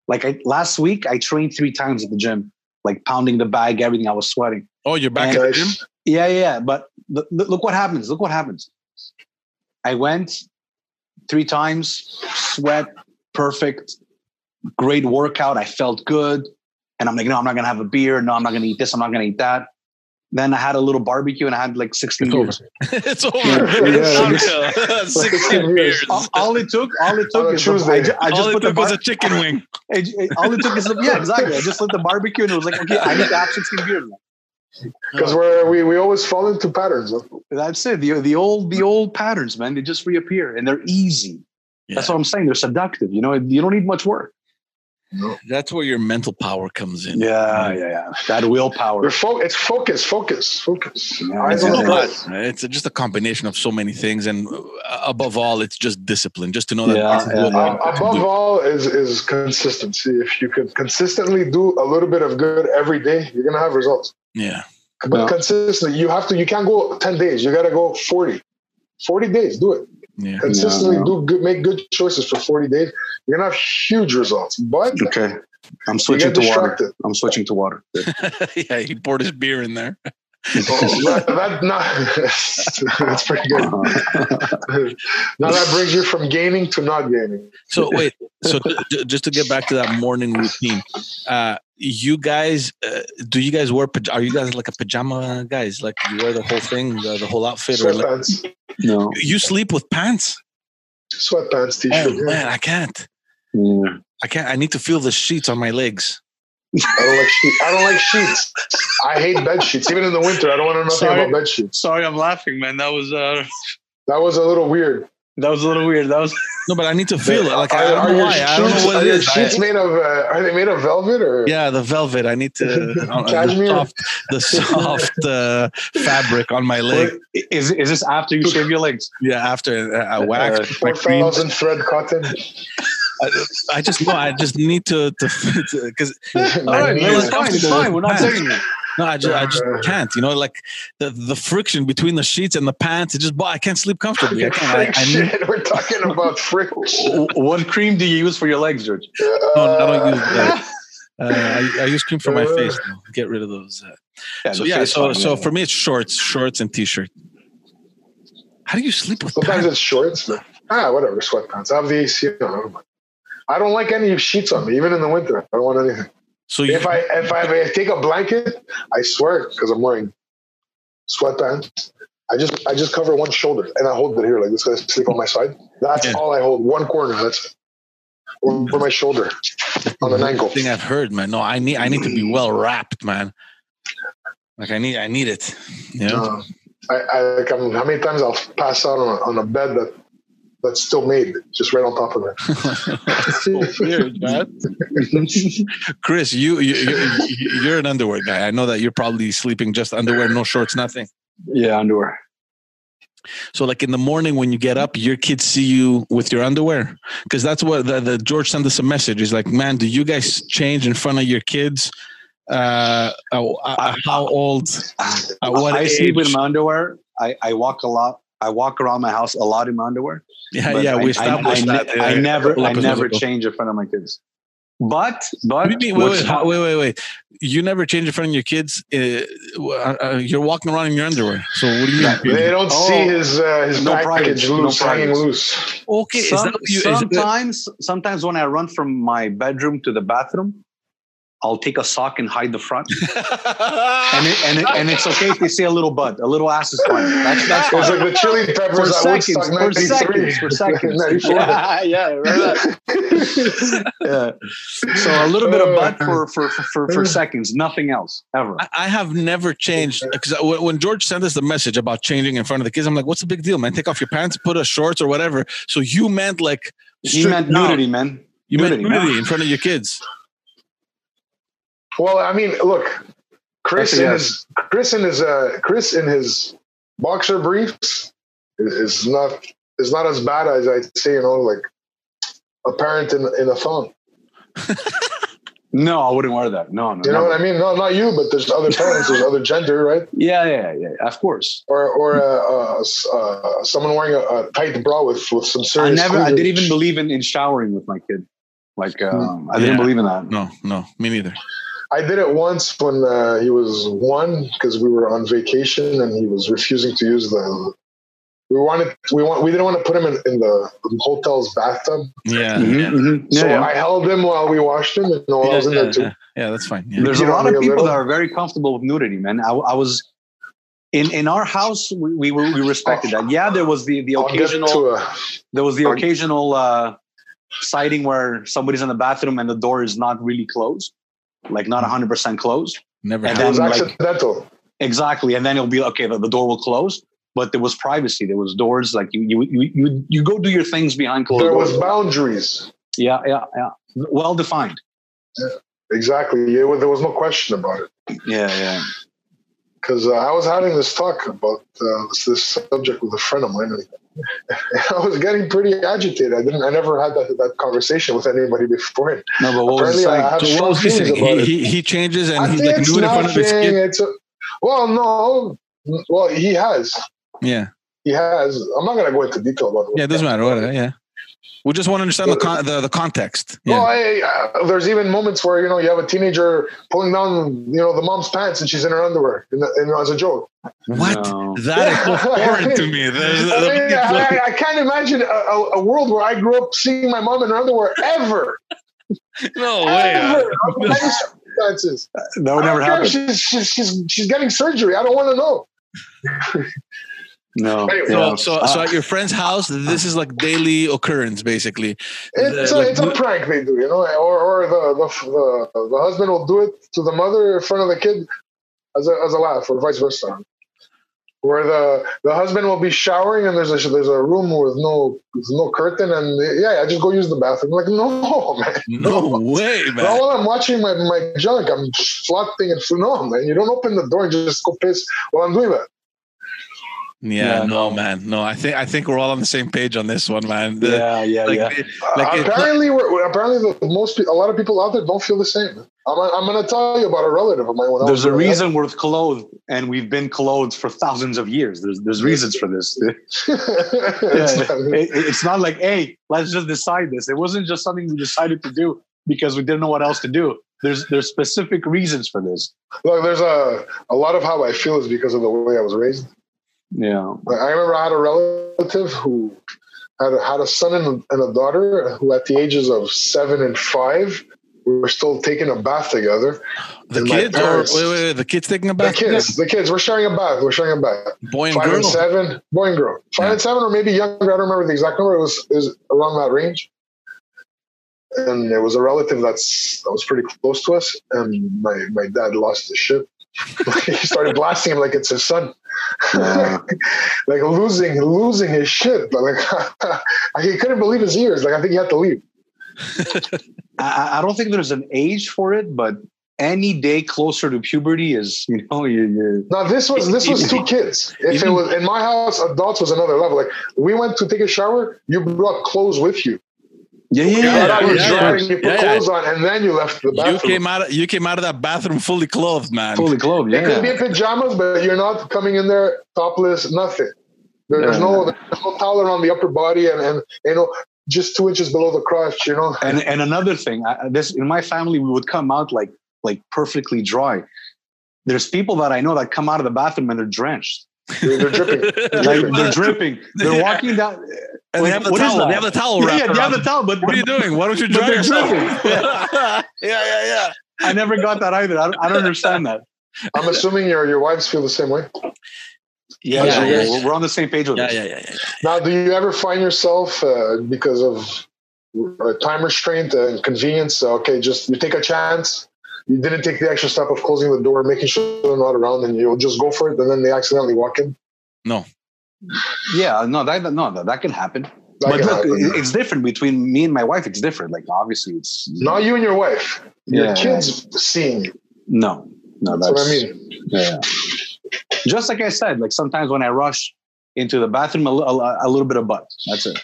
S2: Like I, last week, I trained three times at the gym, like pounding the bag, everything. I was sweating.
S1: oh, you're back
S2: and-
S1: at the gym.
S3: Guys,
S2: Yeah, yeah. yeah. But look, look what happens. Look what happens. I went three times, sweat, perfect, great workout. I felt good. And I'm like, no, I'm not going to have a beer. No, I'm not going to eat this. I'm not going to eat that. Then I had a little barbecue and I had like 16
S1: It's over.
S2: beers.
S1: [laughs] it's over.
S3: Yeah.
S1: It's downhill. [laughs] Sixteen
S3: Sixteen
S1: beers.
S3: years.
S2: All, all it took, all it
S3: On
S2: took
S3: a
S2: is the- I,
S3: Tuesday.
S2: ju- I just
S1: All it
S2: put the
S1: took was
S2: bar-
S1: a chicken wing.
S2: it- it- all it took is the, yeah, exactly. I just lit the barbecue and it was like, okay, I need to have 16 beers. now.
S3: because we're we, we always fall into patterns.
S2: That's it. The, the old the old patterns, man, they just reappear and they're easy. That's what I'm saying. They're seductive. You know, you don't need much work.
S1: That's where your mental power comes in.
S2: Yeah, yeah, yeah. That willpower.
S3: We're fo- it's focus, focus, focus.
S2: Yeah,
S1: It's,
S3: Eyes
S2: yeah,
S3: on
S1: a
S3: the
S2: yeah.
S1: lot.
S3: prize.
S1: It's just a combination of so many things, and uh, above all, it's just discipline. Just to know that
S2: Yeah,
S1: this is
S2: yeah,
S1: what
S2: yeah.
S1: I
S3: Um,
S1: want to
S3: above
S1: do.
S3: all is is consistency. If you can consistently do a little bit of good every day, you're gonna have results.
S1: yeah, [laughs]
S3: but
S2: Yeah.
S3: consistently you have to you can't go 10 days you gotta go 40 40 days do it
S1: yeah.
S3: consistently
S2: Yeah.
S3: do good make good choices for 40 days you're gonna have huge results but
S2: Okay. I'm
S3: you
S2: switching
S3: get
S2: to water. [laughs]
S3: distracted
S2: I'm switching to water.
S1: yeah, he poured his beer in there.
S3: oh,
S2: Uh-huh.
S3: that, that nah, [laughs] that's pretty good now that brings you from gaming to not gaming
S1: So wait, so j- j- just to get back to that morning routine, uh, you guys, uh, do you guys wear? paj- Are you guys like a pajama guys? Like you wear the whole thing, the, the whole outfit, or like,
S3: sweatpants
S2: no.
S1: you sleep with pants?
S3: Sweatpants, t-shirt.
S1: Oh
S3: yeah.
S1: man, I can't.
S2: Yeah.
S1: I can't. I need to feel the sheets on my legs.
S3: I don't like sheets. I don't like sheets. I hate bed sheets. Even in the winter, I don't want to know nothing
S2: Sorry.
S3: about bed sheets.
S2: Sorry, I'm laughing, man. That was uh,
S3: That was a little weird.
S2: that was a little weird. That was
S1: No, but I need to feel it. Like I
S3: Are-
S1: don't know
S3: are your
S1: why. I don't know
S3: sheets-
S1: what
S3: are
S1: it
S3: your
S1: is. I-
S3: Sheets made of uh, are they made of velvet or
S1: yeah, the velvet. I need
S3: [laughs]
S1: to uh,
S3: Cashmere?
S1: the soft, the
S3: [laughs]
S1: soft uh, fabric on my leg.
S2: is is this after you shave your legs?
S1: Yeah, after uh, I
S2: Uh,
S1: waxed my
S3: four
S1: cream.
S3: thousand thread
S1: [laughs]
S3: cotton?
S1: I, I just no. I just need to [laughs] to because
S2: All
S1: I
S2: right, man,
S1: feel
S2: it's fine. It's
S1: uncomfortable
S3: [laughs]
S2: fine. We're
S1: with
S2: not
S1: pants.
S2: saying it.
S1: no. I just I just
S3: Uh.
S1: can't. You know, like the the friction between the sheets and the pants. It just bo- I can't sleep comfortably. I can't. I, I
S3: [laughs]
S1: need,
S3: Shit, we're talking about friction.
S2: W- What cream do you use for your legs, George?
S1: [laughs] no, I don't use that. Uh, I, I use cream for my
S3: Uh.
S1: face. Though. Get rid of those. Uh, so
S2: the
S1: yeah.
S2: face
S1: So
S2: one,
S1: so
S2: yeah.
S1: for me, it's shorts, shorts, and t-shirt. How do you sleep with
S3: [laughs] Sometimes
S1: pants?
S3: it's shorts, but ah, whatever, sweatpants. I have the AC. on, I don't mind. I don't like any sheets on me, even in the winter. I don't want anything.
S1: So you,
S3: If I if I, if I take a blanket, I swear because I'm wearing sweatpants. I just I just cover one shoulder and I hold it here like this. I sleep on my side. That's
S1: Yeah.
S3: all I hold. One corner. That's it. over my shoulder on an
S1: [laughs]
S3: ankle.
S1: thing I've heard, man. No, I need I need to be well wrapped, man. Like I need I need it. You [laughs] know?
S3: Uh, I, I like I'm, how many times I'll pass out on, on a bed that that's still made, just right on top of it.
S1: so weird, man. Chris, you, you you you're an underwear guy. I know that you're probably sleeping just underwear, no shorts, nothing.
S2: yeah, underwear.
S1: So like in the morning when you get up, your kids see you with your underwear because that's what the, the George sent us a message. He's like, man, do you guys change in front of your kids? Uh, uh, uh, how old? At what
S2: I
S1: age?
S2: sleep in my underwear. I, I walk a lot. I walk around my house a lot in my underwear.
S1: yeah,
S2: but
S1: yeah,
S2: I-
S1: we
S2: I-
S1: established
S2: I, ne-
S1: that.
S2: I
S1: uh,
S2: never,
S1: couple
S2: I
S1: episodes
S2: never
S1: ago.
S2: change in front of my kids. But, but
S1: What do you mean? Wait,
S2: what's
S1: wait, how-
S2: fun-
S1: wait, wait, wait. You never change in front of your kids. Uh, uh, uh, you're walking around in your underwear. So what do you mean?
S3: They don't
S2: Oh,
S3: see his uh, his
S2: no
S3: package
S2: privates, no
S3: loose, hanging
S2: privates.
S3: loose.
S1: Okay, is
S2: Some-
S1: that what you? Is,
S2: sometimes, sometimes when I run from my bedroom to the bathroom, I'll take a sock and hide the
S1: [laughs]
S2: front, and it, and it, and it's okay if they see a little butt, a little
S1: [laughs]
S2: ass is fine. That's that's
S3: It was
S2: fine.
S3: like the Chili Peppers
S2: For
S3: at
S2: seconds,
S3: Woodstock
S2: for seconds, for seconds.
S3: 93. [laughs] 94.
S2: Yeah, yeah, right.
S3: [laughs]
S2: yeah. So a little bit
S3: Oh,
S2: of butt for for for, for, for seconds, nothing else ever.
S1: I- I have never changed because when when George sent us the message about changing in front of the kids, I'm like, "What's the big deal, man? Take off your pants, put a shorts or whatever." So you meant like
S2: He meant
S1: stripped down.
S2: nudity, man.
S1: You meant
S2: Nudity.
S1: nudity in front of your kids.
S3: Well, I mean, look, Chris
S2: That's a
S3: in
S2: yes.
S3: his Chris in his uh, Chris in his boxer briefs is, is not is not as bad as I'd say, you know, like a parent in in a thong.
S2: No, I wouldn't wear that. No, no.
S3: You know
S2: never.
S3: what I mean? No, not you, but there's other parents, there's other gender, right?
S2: Yeah, yeah, yeah. Of course.
S3: Or or uh, uh, s- uh, someone wearing a, a tight bra with with some
S2: I
S3: serious.
S2: never. I
S3: cleavage.
S2: didn't even believe in in showering with my kid. Like
S3: Hmm.
S2: um, I didn't
S1: Yeah.
S2: believe in that.
S1: No, no, me neither.
S3: I did it once when uh, he was one because we were on vacation and he was refusing to use the. We wanted we want we didn't want to put him in, in the hotel's bathtub,
S1: Yeah,
S2: Mhm,
S1: yeah,
S2: mhm. Yeah,
S3: so
S2: yeah.
S3: I held him while we washed him, and while I was in
S1: yeah,
S3: there too.
S1: yeah, yeah, that's fine. Yeah.
S2: There's
S3: You
S2: a
S3: know,
S2: lot of
S3: real
S2: people
S3: little.
S2: that are very comfortable with nudity, man. I, I was in in our house. We, we were- we respected that. Yeah, there was the the
S3: I'll get
S2: occasional.
S3: to a-
S2: there was the
S3: Or-
S2: occasional uh, sighting where somebody's in the bathroom and the door is not really closed, like not 100% closed.
S1: Never.
S2: And
S1: happened.
S3: it was
S2: then, like-
S3: accidental.
S2: Exactly. And then it'll be okay, the, the door will close, but there was privacy. There was doors, like you you you you, you go do your things behind closed
S3: there was
S2: doors.
S3: boundaries.
S2: yeah, yeah, yeah. Well defined.
S3: Exactly. It was, there was no question about it.
S2: Yeah, yeah.
S3: Because uh, I was having this talk about uh, this, this subject with a friend of mine, and [laughs] I was getting pretty agitated. I didn't. I never had that, that conversation with anybody before. It.
S2: No, but what was
S3: Apparently,
S2: it
S3: I
S2: saying?
S3: have
S1: So what
S3: strong
S1: was he
S3: feelings
S1: saying?
S3: about
S1: He,
S3: it.
S1: he, he changes and
S3: I
S1: he's
S3: think
S1: like
S3: it's
S1: nude in front of his
S3: nothing.
S1: kid.
S3: It's a, well, no. Well, he has.
S1: Yeah,
S3: He has. I'm not gonna go into detail about
S1: yeah, it doesn't matter. Whatever. Yeah, we just want to understand the con- the, the context. Yeah.
S3: No, I, uh, there's even moments where you know you have a teenager pulling down you know the mom's pants and she's in her underwear, and, and as a joke.
S1: What?
S2: No.
S1: That
S3: [laughs]
S1: is so foreign to me. There's-
S3: Oh. I, mean, I, I can't imagine a, a, a world where I grew up seeing my mom in her underwear ever.
S1: [laughs] no
S3: ever.
S1: way.
S3: Under any circumstances.
S2: That would
S3: I
S2: never
S3: don't care if
S2: happen.
S3: she's, she's, she's, she's getting surgery. I don't want to know.
S2: No.
S3: Anyway,
S1: So,
S2: Yeah.
S1: so, so at your friend's house, this is like daily occurrence, basically.
S3: It's,
S1: Like,
S3: a, it's a prank they do, you know, or, or the, the, the, the husband will do it to the mother in front of the kid as a, as a laugh, or vice versa. Where the, the husband will be showering and there's a there's a room with no with no curtain and yeah, I just go use the bathroom. Like no [laughs] man,
S1: no way, man.
S3: while I'm watching my, my junk, I'm flopping and no man, you don't open the door and just go piss while I'm doing that.
S1: Yeah,
S2: Yeah,
S1: no, man. No, I think I think we're all on the same page on this one, man. The-
S2: Ah, yeah, yeah,
S1: like,
S2: yeah.
S1: the- Like, it's
S3: apparently, we're, we're- apparently, the most pe- a lot of people out there don't feel the same. I'm, I'm going to tell you about a relative of mine. when I was
S2: There's a
S3: growing up.
S2: reason we're clothed, and we've been clothed for thousands of years. There's there's reasons for this. [laughs] It's,
S3: It's not-
S2: it- it's not like, hey, let's just decide this. It wasn't just something we decided to do because we didn't know what else to do. There's there's specific reasons for this.
S3: Look, there's a a lot of how I feel is because of the way I was raised.
S2: Yeah.
S3: Like, I remember I had a relative who had a, had a son and a, and a daughter who, at the ages of seven and five, we were still taking a bath together.
S1: the
S3: my
S1: kids, or wait,
S3: parents-
S1: wait, wait, the kids taking a
S3: The
S1: bath,
S3: kids, the kids, we're sharing a bath. We're sharing a bath.
S1: Yeah, boy and
S3: Five
S1: girl.
S3: and seven, boy and girl. Five
S1: Yeah.
S3: and seven, or maybe younger. I don't remember the exact number. It was it was around that range. And it was a relative that's that was pretty close to us. And my my dad lost his shit. [laughs] he started blasting him like it's his son. [laughs]
S2: Yeah.
S3: like losing losing his shit. But like [laughs] he couldn't believe his ears. Like I think he had to leave.
S2: I, I- I don't think there's an age for it, but any day closer to puberty is, you know, you, you
S3: Now this was this was
S1: [laughs]
S3: two kids. If it was in my house, adults was another level. Like we went to take a shower, you brought clothes with you.
S2: yeah,
S3: You got out, you
S1: yeah,
S3: dried,
S1: yeah.
S3: and you put
S1: Yeah, yeah.
S3: clothes on, and then you left the bathroom.
S1: You came out. Of, you came out of that bathroom fully clothed, man.
S2: fully clothed.
S3: It could be
S2: Yeah,
S3: in pajamas, but you're not coming in there topless, nothing. There's
S2: Yeah.
S3: no there's no towel around the upper body and, and you know, just two inches below the crotch, you know.
S2: and and another thing, I, I- this in my family we would come out like like perfectly dry. There's people that I know that come out of the bathroom and they're drenched,
S1: [laughs]
S3: They're, they're
S2: [laughs]
S3: dripping.
S2: like they're dripping. They're walking down.
S1: and they have the
S2: What is
S1: towel. They
S2: that?
S1: have the towel
S2: Yeah,
S1: wrapped
S2: yeah, they
S1: around
S2: have the
S1: them.
S2: towel, but,
S1: What are you doing? Why don't you dry
S2: they're
S1: yourself?
S2: dripping.
S1: [laughs] yeah, yeah, yeah.
S2: I never got that either. I don't, I don't understand that.
S3: I'm assuming your your wives feel the same way.
S1: Yeah,
S2: But
S1: yeah,
S2: we're-
S1: yeah.
S2: We're on the same page with
S1: Yeah,
S2: this.
S1: yeah, yeah, yeah.
S3: Now, do you ever find yourself uh, because of uh, time restraint and convenience? uh, Okay, just you take a chance. You didn't take the extra step of closing the door, making sure they're not around, and you'll just go for it, and then they accidentally walk in.
S2: Yeah, no, that no, that, that can happen.
S3: That
S2: but
S3: can
S2: look,
S3: happen.
S2: it- it's different between me and my wife. It's different. Like obviously, it's
S3: not you and your wife. Your
S2: Yeah.
S3: kids seeing you.
S2: no, no.
S3: That's,
S2: That's,
S3: what I mean.
S2: Yeah. Just like I said, like sometimes when I rush into the bathroom, a, li- a, li- a little bit of butt. That's it.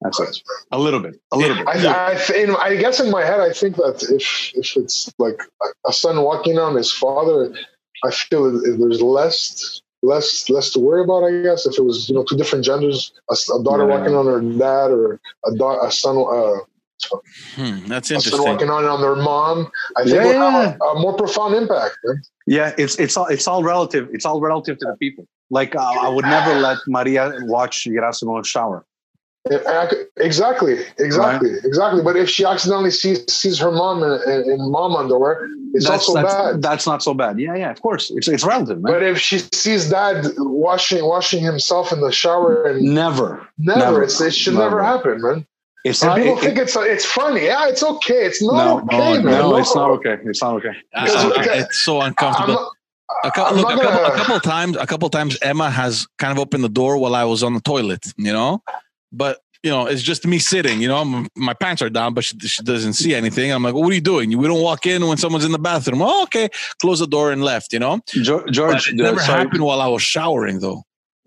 S2: That's it. A little bit. A little bit.
S3: I, I, th- in, I guess in my head, I think that if if it's like a- a son walking on his father, I feel it- it- there's less less less to worry about. I guess if it was you know two different genders, a, s- a daughter
S2: Yeah.
S3: walking on her dad or a, da- a son uh,
S1: Hmm, that's
S3: a son
S1: interesting.
S3: walking on on their mom, I think would have a, a more profound impact. man.
S2: Yeah, it's it's all it's all relative. It's all relative to the people. Like uh, I would never let Maria watch Gerasimo shower.
S3: If I could- exactly, exactly, exactly. But if she accidentally sees sees her mom in, in, in mom underwear, it's
S2: that's,
S3: also
S2: that's,
S3: bad.
S2: That's not so bad. Yeah, yeah. Of course, it's it's relative, man.
S3: But if she sees dad washing washing himself in the shower and
S2: never.
S3: never,
S2: never.
S3: it's, it should
S2: Never.
S3: never happen, man.
S2: It's
S3: And
S2: not.
S3: people
S2: it-
S3: think it's it's funny. Yeah, it's okay. It's
S2: no,
S3: not
S2: no,
S3: okay, man.
S2: no, it's not okay. It's not okay.
S1: Ah,
S3: Because
S1: okay,
S3: look at-
S1: it's so
S3: I'm
S1: uncomfortable.
S3: not,
S1: A cou-
S3: I'm
S1: look,
S3: not
S1: a couple, a
S3: gonna-
S1: couple times, a couple times, Emma has kind of opened the door while I was on the toilet, you know. But you know, it's just me sitting. You know, I'm, my pants are down, but she, she doesn't see anything. I'm like, "What are you doing? We don't walk in when someone's in the bathroom." Oh, okay, close the door and left. You know,
S2: Geor-
S1: but
S2: George,
S1: it
S2: uh,
S1: never
S2: sorry,
S1: happened while I was showering, though.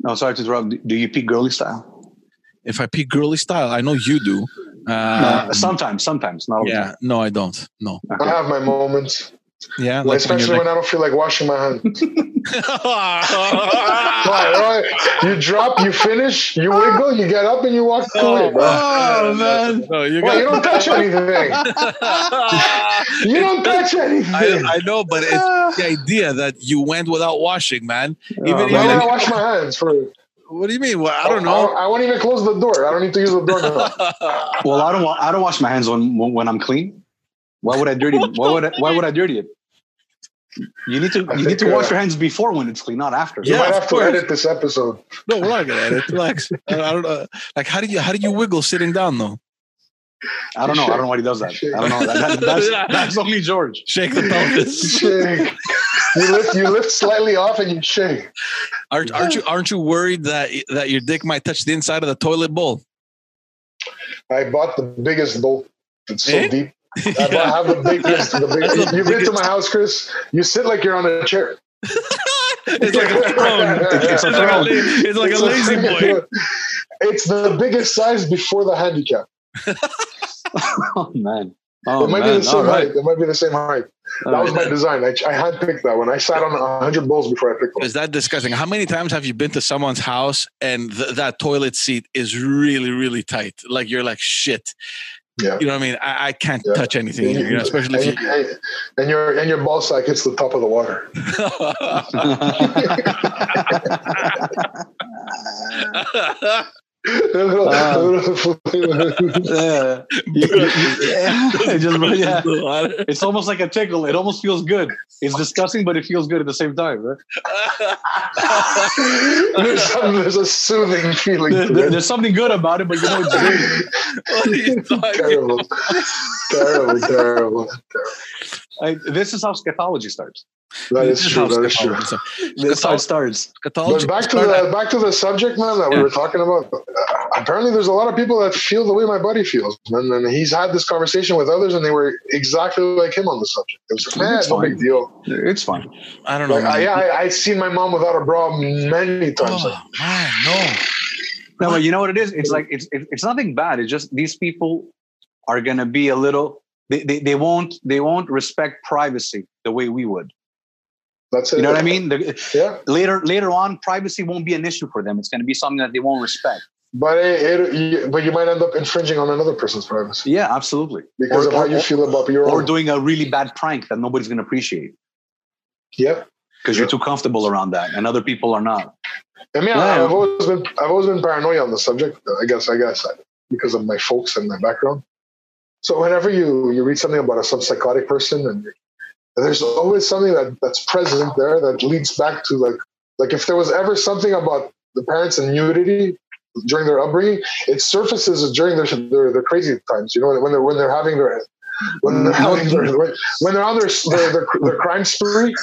S2: no, sorry to interrupt. Do you pee girly style?
S1: If I pee girly style, I know you do. Uh,
S2: Uh, sometimes, sometimes, not all the
S1: yeah, no, I don't. No,
S2: time.
S3: I
S2: Okay.
S3: have my moments,
S1: yeah, like when
S3: especially
S1: you're [laughs]
S3: when I don't feel like washing my hands.
S1: like-
S3: Why, why? you drop, you finish, you wiggle, you get up, and you walk away, bro.
S1: Oh, man. No, you
S3: Well, you
S1: [laughs]
S3: don't touch anything.
S1: I,
S3: You don't touch
S1: [laughs]
S3: anything.
S1: I know, but it's the idea that you went without washing, man.
S2: Oh,
S1: Even
S3: Why would
S2: man.
S3: I wash my hands for?
S1: What do you mean? Well, I don't know. [laughs]
S3: I, won't even close the door. I don't need to use the door now.
S2: Well, I don't. Wa- I don't wash my hands when when I'm clean. Why would I dirty? Why would I, Why would I dirty it? You need to
S3: I
S2: you need
S3: think,
S2: to wash
S3: uh,
S2: your hands before when it's clean, not after.
S3: You
S1: Yeah,
S3: might
S1: of
S3: have to
S1: course.
S3: edit this episode.
S1: No, we're not gonna edit. Relax. I I don't know. Like, how do you how do you wiggle sitting down though?
S2: I don't know. I don't know why he does that. I don't know. That- that-
S1: [laughs]
S2: that's, that's only George.
S1: Shake the pelvis.
S3: Shake. you lift you lift slightly off and you shake.
S1: [laughs] Aren't, aren't you aren't you worried that that your dick might touch the inside of the toilet bowl? [laughs]
S3: I bought the biggest bowl. It's so
S1: Eh?
S3: deep.
S1: [laughs]
S3: I, bought, I have the biggest. The
S1: That's
S3: biggest.
S1: the
S3: You've been to
S1: biggest.
S3: my house, Chris. You sit like you're on a chair.
S1: it's like a throne.
S2: [laughs] It's a throne.
S1: It's like
S3: It's
S1: a
S3: [laughs]
S1: lazy boy.
S3: It's the biggest size before the handicap.
S2: Oh man. Oh
S3: it might
S2: man.
S3: be the
S2: All
S3: same
S2: right.
S3: height. It might be the same height.
S2: All
S3: that was
S2: right.
S3: my design. I, I had picked that one. I sat on hundred bowls before I picked one.
S1: Is that disgusting? How many times have you been to someone's house and th- that toilet seat is really, really tight? Like you're like shit.
S3: Yeah.
S1: You know what I mean? I, I can't
S3: Yeah.
S1: touch anything, here, you know, especially
S3: and,
S1: if
S3: you, and, and your and your ball sack hits the top of the water. [laughs]
S1: you. [laughs]
S3: The little-
S2: Ah.
S3: the little-
S2: [laughs] Yeah. [laughs] You- you- yeah. It just- yeah.
S1: Water.
S2: It's almost like a tickle. It almost feels good. It's disgusting, but it feels good at the same time. Right?
S3: there's, some, there's a soothing feeling.
S2: There-
S3: to
S2: there-
S3: it.
S2: there's something good about it, but you know
S3: [laughs]
S2: it's
S1: [laughs]
S2: good.
S1: what are you talking
S3: terrible, terrible, terrible.
S2: I, this is how scatology starts.
S3: That
S1: This
S3: is
S1: is
S3: true.
S1: how
S3: That is true.
S1: Scientology-
S2: This is how it starts.
S1: Scientology
S3: But back to
S1: started-
S3: the back to the subject, man, that
S1: Yeah.
S3: we were talking about. Uh, apparently, there's a lot of people that feel the way my buddy feels, man. And he's had this conversation with others, and they were exactly like him on the subject. It was like, man,
S2: That's
S3: no
S2: fine.
S3: big deal.
S2: It's fine.
S1: I don't know.
S3: Like, I,
S1: man.
S3: I, I've seen my mom without a bra many times.
S1: oh, man, no.
S2: No, but you know what it is? It's like it's it- it's nothing bad. It's just these people are gonna be a little they, they, they won't they won't respect privacy the way we would.
S3: That's it.
S2: You know what I mean? They're-
S3: Yeah,
S2: later later on, privacy won't be an issue for them. It's gonna be something that they won't respect.
S3: but it, it, you, but you might end up infringing on another person's privacy
S2: Yeah, absolutely.
S3: because
S2: Or-
S3: of how
S2: or-
S3: you feel about your
S2: Or
S3: own.
S2: doing a really bad prank that nobody's gonna appreciate
S3: yeah.
S2: because you're too comfortable around that and other people are not.
S3: I mean,
S2: Yeah.
S3: I, I've always been I've always been paranoid on the subject. I guess I guess because of my folks and my background. So whenever you you read something about some psychotic person, and there's always something that that's present there that leads back to like like if there was ever something about the parents and nudity during their upbringing, it surfaces during their their, their crazy times. You know, when they're when they're having their when
S2: Mm-hmm.
S3: they're, having their, when they're on their, their, their, their crime
S2: [laughs]
S3: spree,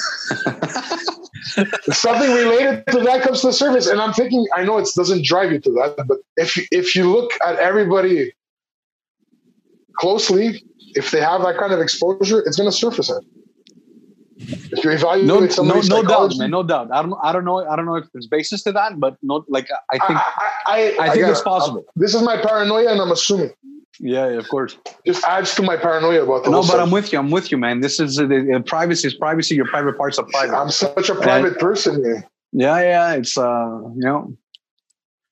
S3: something related to that comes to the surface. And I'm thinking, I know it doesn't drive you to that, but if you, if you look at everybody closely, if they have that kind of exposure, it's going to surface it. If you evaluate
S2: No, no,
S3: somebody's
S2: no doubt,
S3: psychology-
S2: man, no doubt. I don't, I don't know, I don't know if there's basis to that, but not like I think,
S3: I, I, I,
S2: I think
S3: gotta-
S2: it's possible.
S3: This is my paranoia, and I'm assuming
S2: Yeah, yeah, of course.
S3: just adds to my paranoia about the
S2: No,
S3: whole
S2: but I'm
S3: subject.
S2: with you. I'm with you, man. This is uh, the, uh, privacy is privacy. Your private parts are private.
S3: I'm such a private person. Man.
S2: yeah, yeah. It's uh, you know,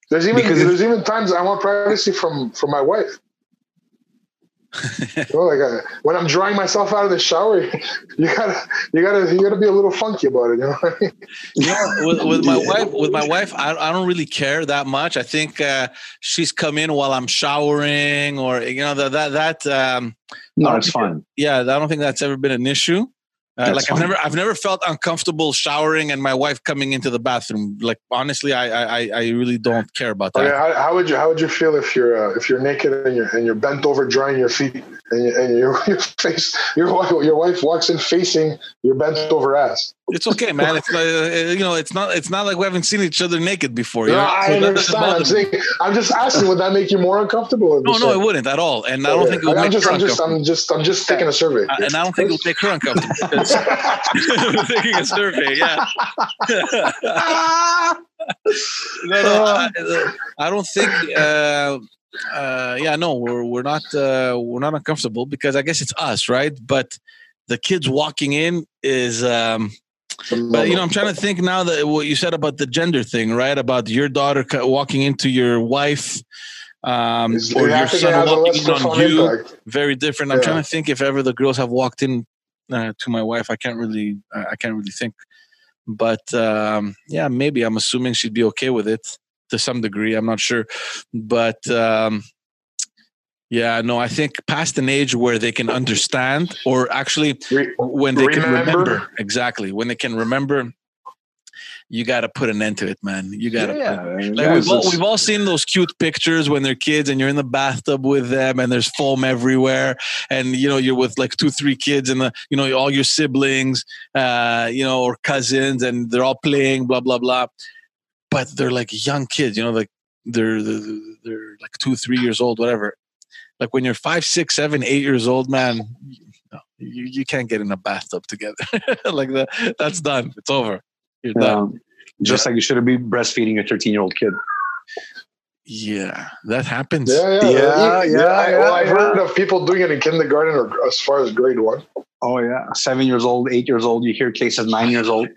S3: There's even
S2: Because if-
S3: there's even times I want privacy from from
S2: [laughs]
S3: my wife. you know, like I, when I'm drying myself out of the shower, [laughs] you gotta you gotta you gotta be a little funky about it. You know, [laughs] what I
S1: [laughs]
S3: mean?
S1: with, with my wife with my wife I, I don't really care that much i think uh, she's come in while i'm showering or you know that that, that um,
S2: no, it's fine. [laughs]
S1: [laughs] yeah i don't think that's ever been an issue uh,
S2: That's
S1: like
S2: fine.
S1: I've never, I've never felt uncomfortable showering and my wife coming into the bathroom. Like honestly, I, I, I- I really don't care about that.
S3: Okay, how, how would you how would you feel if you're uh, if you're naked and you're and you're bent over drying your feet and you, and your [laughs] your face your wife your wife walks in facing your bent over ass?
S1: It's okay, man. It's like, uh, you know, it's not, it's not like we haven't seen each other naked before. You
S3: No,
S1: know?
S3: I
S1: So that doesn't
S3: understand.
S1: bother
S3: I'm
S1: me.
S3: saying I'm just asking. Would that make you more uncomfortable?
S1: no, no, it wouldn't at all. And I don't think it would
S3: I'm
S1: make
S3: just
S1: her
S3: I'm just
S1: uncomfortable.
S3: I'm just I'm just taking a survey.
S1: Uh, and I don't think it would make her uncomfortable.
S3: [laughs]
S1: because- [laughs] I'm taking a survey. Yeah. [laughs] no, no,
S3: Uh.
S1: I, I don't think. Uh, uh, yeah, no, we're we're not uh, we're not uncomfortable because I guess it's us, right? But the kids walking in is. Um, but you know, I'm trying to think now that what you said about the gender thing, right? About your daughter co- walking into your wife. Um,
S3: It's-
S1: or
S3: it
S1: your
S3: has to
S1: son
S3: have a less
S1: walking in on
S3: profound
S1: you
S3: impact.
S1: very different. I'm
S3: Yeah.
S1: trying to think if ever the girls have walked in uh, to my wife. I can't really, uh, I I can't really think. But um, yeah, maybe I'm assuming she'd be okay with it to some degree. I'm not sure, but um, Yeah, no, I think past an age where they can understand, or actually
S3: Re-
S1: when they can
S3: Remember.
S1: remember exactly when they can remember. You got to put an end to it, man. You got to.
S2: man.
S1: Like
S3: Yeah,
S1: we've, all,
S3: it's-
S1: we've all seen those cute pictures when they're kids and you're in the bathtub with them and there's foam everywhere and you know you're with like two three kids and the you know all your siblings uh you know or cousins and they're all playing blah blah blah but they're like young kids you know like they're they're, they're like two three years old whatever like when you're five six seven eight years old man you, no, you, you can't get in a bathtub together [laughs] like that that's done it's over you're done
S2: Um, just like you shouldn't be breastfeeding a 13 year old kid.
S1: yeah that happens
S3: Yeah, yeah,
S2: Yeah,
S3: that-
S2: yeah,
S3: I,
S2: yeah,
S3: well, I've
S2: yeah.
S3: heard of people doing it in kindergarten or as far as grade one.
S2: Oh yeah, seven years old, eight years old. You hear cases nine years old.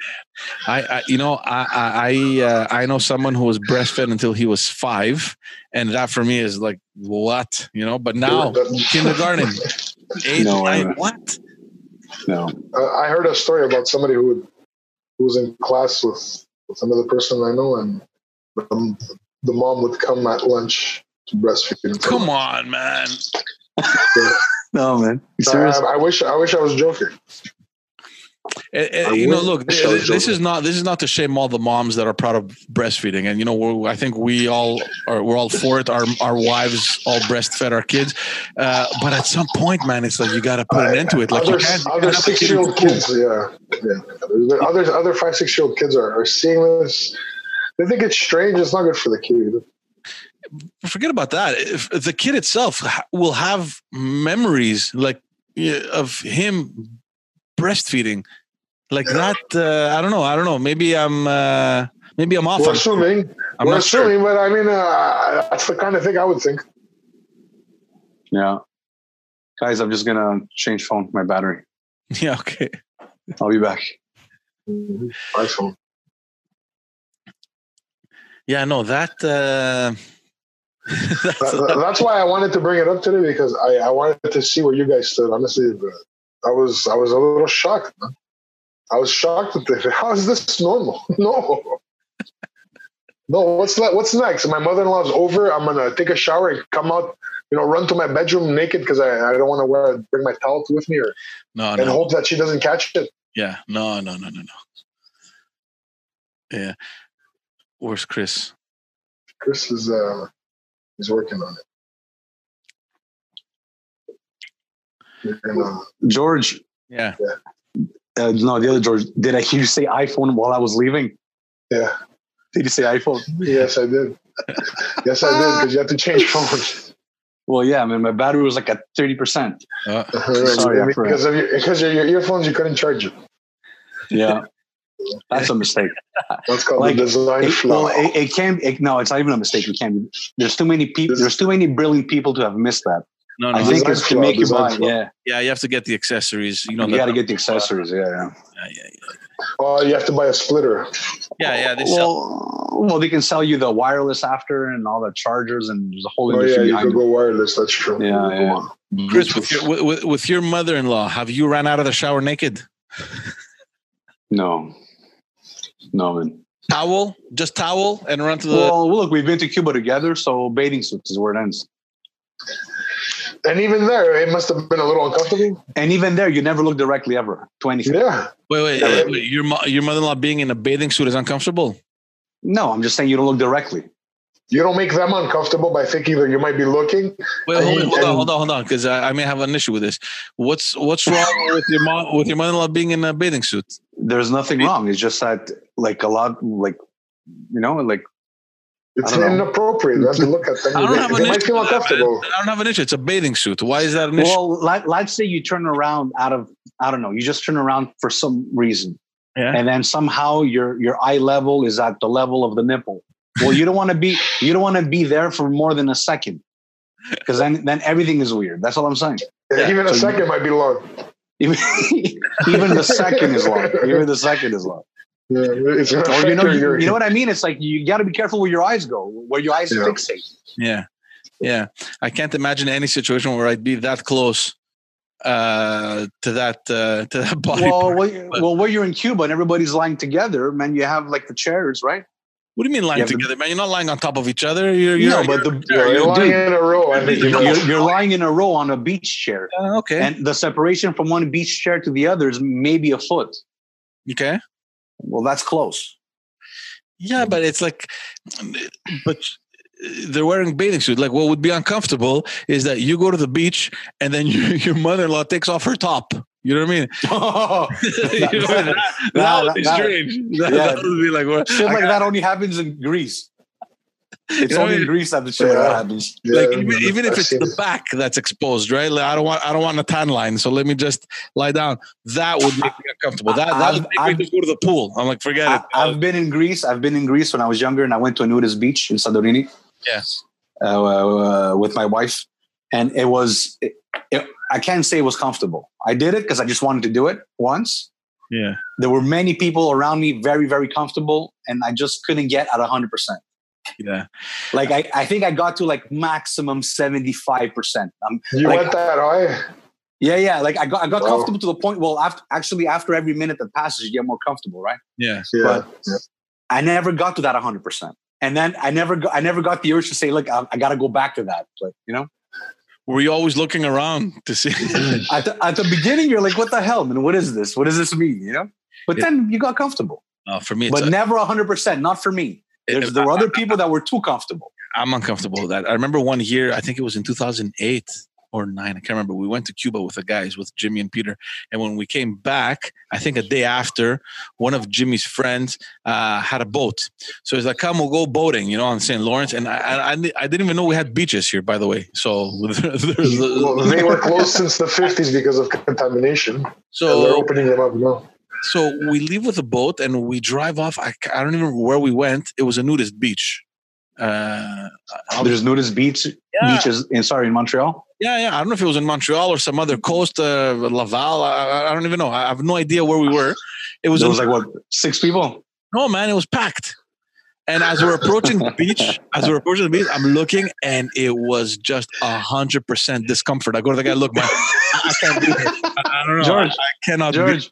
S1: I, I you know I I I, uh, I know someone who was breastfed until he was five, and that for me is like what you know. But now
S3: [laughs]
S1: kindergarten, eight,
S2: No, I
S1: nine,
S2: know.
S1: what?
S2: No,
S3: Uh, I I heard a story about somebody who, would, who was in class with, with another person I know, and um, the mom would come at lunch to breastfeed. him.
S1: Come on, man!
S2: no, man. You
S3: I,
S2: serious?
S3: I- I wish I wish I was joking.
S1: Eh, eh,
S3: I
S1: you know,
S3: will
S1: look, th-
S3: show
S1: th- this
S3: children.
S1: is not this is not to shame all the moms that are proud of breastfeeding, and you know, we're, I think we all are we're all for it. Our our wives all breastfed our kids, uh, but at some point, man, it's like you got to put an end to it. Like you
S3: other
S1: can't, you
S3: other
S1: can't have a
S3: six
S1: kid
S3: year
S1: who
S3: old
S1: can poop.
S3: kids, yeah, yeah. Other other five six year old kids are, are seeing this. They think it's strange. It's not good for the kid. Either.
S1: forget about that. If if the kid itself ha- will have memories like yeah, of him breastfeeding, like that. Uh, I don't know. I don't know. Maybe I'm. Uh, maybe I'm off.
S3: We're
S1: I'm,
S3: assuming.
S1: I'm
S3: we're
S1: not sure.
S3: assuming, but I mean, uh, that's the kind of thing I would think.
S2: Yeah. Guys, I'm just gonna change phone. My battery.
S1: [laughs] Yeah. Okay.
S2: I'll be back.
S3: iPhone.
S1: Yeah. No. That. Uh, [laughs]
S3: That-
S1: that's,
S3: that- that's why I wanted to bring it up today because I, I wanted to see where you guys stood. Honestly, but I was I was a little shocked. man. I was shocked at this. [laughs] How is this normal? [laughs] No, no. What's that? What's next? My mother in law's over. I'm gonna take a shower and come out. You know, run to my bedroom naked because I, I don't want to wear bring my towel with me or,
S1: no.
S3: and
S1: No.
S3: hope that she doesn't catch it.
S1: Yeah. No. No. No. No. No. Yeah. Where's Chris?
S3: Chris is uh, he's working on it. And, uh,
S2: George,
S1: Yeah.
S2: uh, no, the other George. Did I hear you say iPhone while I was leaving?
S3: yeah.
S2: Did you say iPhone?
S3: Yes, I did. yes, I did because you have to
S1: [laughs]
S3: change phones
S2: Well, yeah, man. My battery was like at thirty percent.
S1: Uh,
S2: Sorry, I forgot.
S3: because of your because of your earphones, you couldn't charge it.
S2: Yeah, [laughs] that's a mistake.
S3: That's called
S2: Like,
S3: the design
S2: It,
S3: flaw.
S2: well, it, it can't. It, no, it's not even a mistake. It can't. Be. There's too many people. There's too many brilliant people to have missed that.
S1: no.
S2: I
S1: No.
S2: think
S3: Design
S2: it's to
S3: flaw,
S2: make you
S3: design
S2: buy.
S3: flaw.
S2: Yeah,
S1: Yeah. You have to get the accessories. You know.
S2: you got to
S1: the,
S2: get the accessories. Yeah, yeah.
S1: yeah. Yeah.
S3: oh, you have to buy a splitter.
S1: Yeah. yeah they sell.
S2: well, well, they can sell you the wireless after and all the chargers and there's a whole
S3: Oh yeah,
S2: industry
S3: you
S2: behind
S3: could
S2: it.
S3: go wireless. That's true.
S2: Yeah, yeah.
S1: Chris, with your, with- with, with your mother-in-law, have you ran out of the shower naked?
S2: No, no, man.
S1: Towel, just towel, and run to the.
S2: Well, look, we've been to Cuba together, so bathing suits is where it ends.
S3: And even there, it must have been a little uncomfortable.
S2: And even there, you never look directly ever to anything.
S3: Yeah,
S1: wait, wait,
S3: Yeah.
S1: uh, wait, your mo- your mother-in-law being in a bathing suit is uncomfortable.
S2: No, I'm just saying you don't look directly.
S3: you don't make them uncomfortable by thinking that you might be looking.
S1: Wait, hold, on,
S3: And-
S1: hold on,
S3: and-
S1: hold on, hold on, because I, I may have an issue with this. What's what's wrong with your mom with your mother-in-law being in a bathing suit?
S2: There's nothing wrong. It's just that, like a lot, like you know, like
S3: It's
S2: I don't know.
S3: inappropriate. You have to look at them.
S1: I don't
S3: They,
S1: have an
S3: they
S1: issue
S3: might feel
S1: with that, man.
S3: uncomfortable.
S1: I don't have an issue. It's a bathing suit. Why is that an issue?
S2: well, let, let's say you turn around out of I don't know, you just turn around for some reason,
S1: Yeah.
S2: and then somehow your your eye level is at the level of the nipple. Well, you don't want to
S3: [laughs]
S2: be you don't want to be there for more than a second, because then then everything is weird. That's all I'm saying. [laughs]
S1: Yeah,
S3: even
S2: so
S3: a
S2: you- Oh,
S3: second might be long.
S2: Even, even the second is long. Even the second is long.
S3: Yeah, it's gonna
S2: Or
S3: affect
S2: you know, you,
S3: your-
S2: you know what I mean. It's like you got to be careful where your eyes go, where your eyes
S3: Yeah.
S2: fixate.
S1: Yeah, yeah. I can't imagine any situation where I'd be that close uh, to that uh, to that [laughs] body.
S2: Well,
S1: part.
S2: well, you- well, where you're in Cuba and everybody's lying together, man, you have like the chairs, right?
S1: What do you mean lying
S2: Yeah, but-
S1: together, man? You're not lying on top of each other. You're, you're,
S2: No,
S1: you're-
S3: but the
S1: you're-
S3: you're,
S1: you're-
S3: lying in a row, and you know,
S2: You're, you're lying in a row on a beach chair,
S1: Uh, okay.
S2: and the separation from one beach chair to the other is maybe a foot.
S1: okay.
S2: Well, that's
S1: [laughs]
S2: close. [laughs]
S1: Yeah, but it's like, but they're wearing bathing suit. Like, what would be uncomfortable is that you go to the beach and then [laughs] you, your mother-in-law takes off her top. You know what I mean?
S2: That-
S1: [laughs] You know,
S2: that-
S1: that, [laughs] that
S2: that-
S1: would be
S2: that-
S1: strange. That,
S2: yeah.
S1: that would be like, what-
S2: Shit
S1: I
S2: like
S1: got-
S2: that only happens in Greece. It's
S1: You know,
S2: only in
S1: it-
S2: Greece that the shit like
S3: Yeah.
S2: that happens.
S3: yeah,
S1: like even, even if
S3: I've
S1: it's
S3: seen
S1: the
S3: it.
S1: back that's exposed, right? Like, I don't want I don't want a tan line, so let me just lie down. That would make me uncomfortable. That
S2: I-
S1: that
S2: I've-
S1: would make
S2: I've-
S1: me just go to the pool. I'm like, forget
S2: I,
S1: it.
S2: I've been in Greece. I've been in Greece when I was younger, and I went to a nudist beach in Santorini.
S1: Yeah.
S2: uh, uh, with my wife, and it was. It, it, I can't say it was comfortable. I did it because I just wanted to do it once.
S1: yeah.
S2: There were many people around me, very, very comfortable, and I just couldn't get at hundred percent.
S1: Yeah.
S2: Like I, I think I got to like maximum seventy five percent. Um,
S3: [laughs] you
S2: like-
S3: went that oh, high.
S2: yeah, yeah. Like I got, I got
S3: Wow.
S2: comfortable to the point. Well, after, actually, after every minute that passes, you get more comfortable, right?
S1: Yeah.
S3: Yeah,
S2: But- I never got to that 100. percent And then I never, got, I never got the urge to say, "Look, I, I got to go back to that." Like you know,
S1: Were you always looking around to see?
S2: at the, at the beginning, you're like, "What the hell, man? What is this? What does this mean?" You know. But
S1: Yeah.
S2: then you got comfortable,
S1: [laughs] no, for me, it's
S2: but
S1: a-
S2: never 100. percent Not for me. There's, there were other people that were too comfortable.
S1: I'm uncomfortable with that. I remember one year, I think it was in 2008 or nine, I can't remember. We went to Cuba with the guys, with Jimmy and Peter. And when we came back, I think a day after, one of Jimmy's friends uh, had a boat. So he's like, come, we'll go boating, you know, on St. Lawrence. And I, I, I di- I didn't even know we had beaches here, by the way. So, [laughs]
S3: Well,
S1: there's,
S3: they
S2: uh,
S3: were closed since the 50s because of contamination. and they're
S1: so
S3: opening them up now.
S1: So we leave with a boat and we drive off. I, ca- I don't even remember where we went. It was a nudist beach. Uh, I'll-
S2: There's nudist beach,
S1: yeah,
S2: beaches in sorry in Montreal.
S1: yeah, yeah. I don't know if it was in Montreal or some other coast, uh, Laval. I- I, I don't even know. I I have no idea where we were. It was,
S2: there
S1: a-
S2: was like what six people.
S1: no man. It was packed. And as we're approaching the beach, as we're approaching the beach, I'm looking, and it was just a hundred percent discomfort. I go to the guy, look, man, I can't do this. I, I don't know.
S2: George,
S1: I, I cannot. do
S2: George,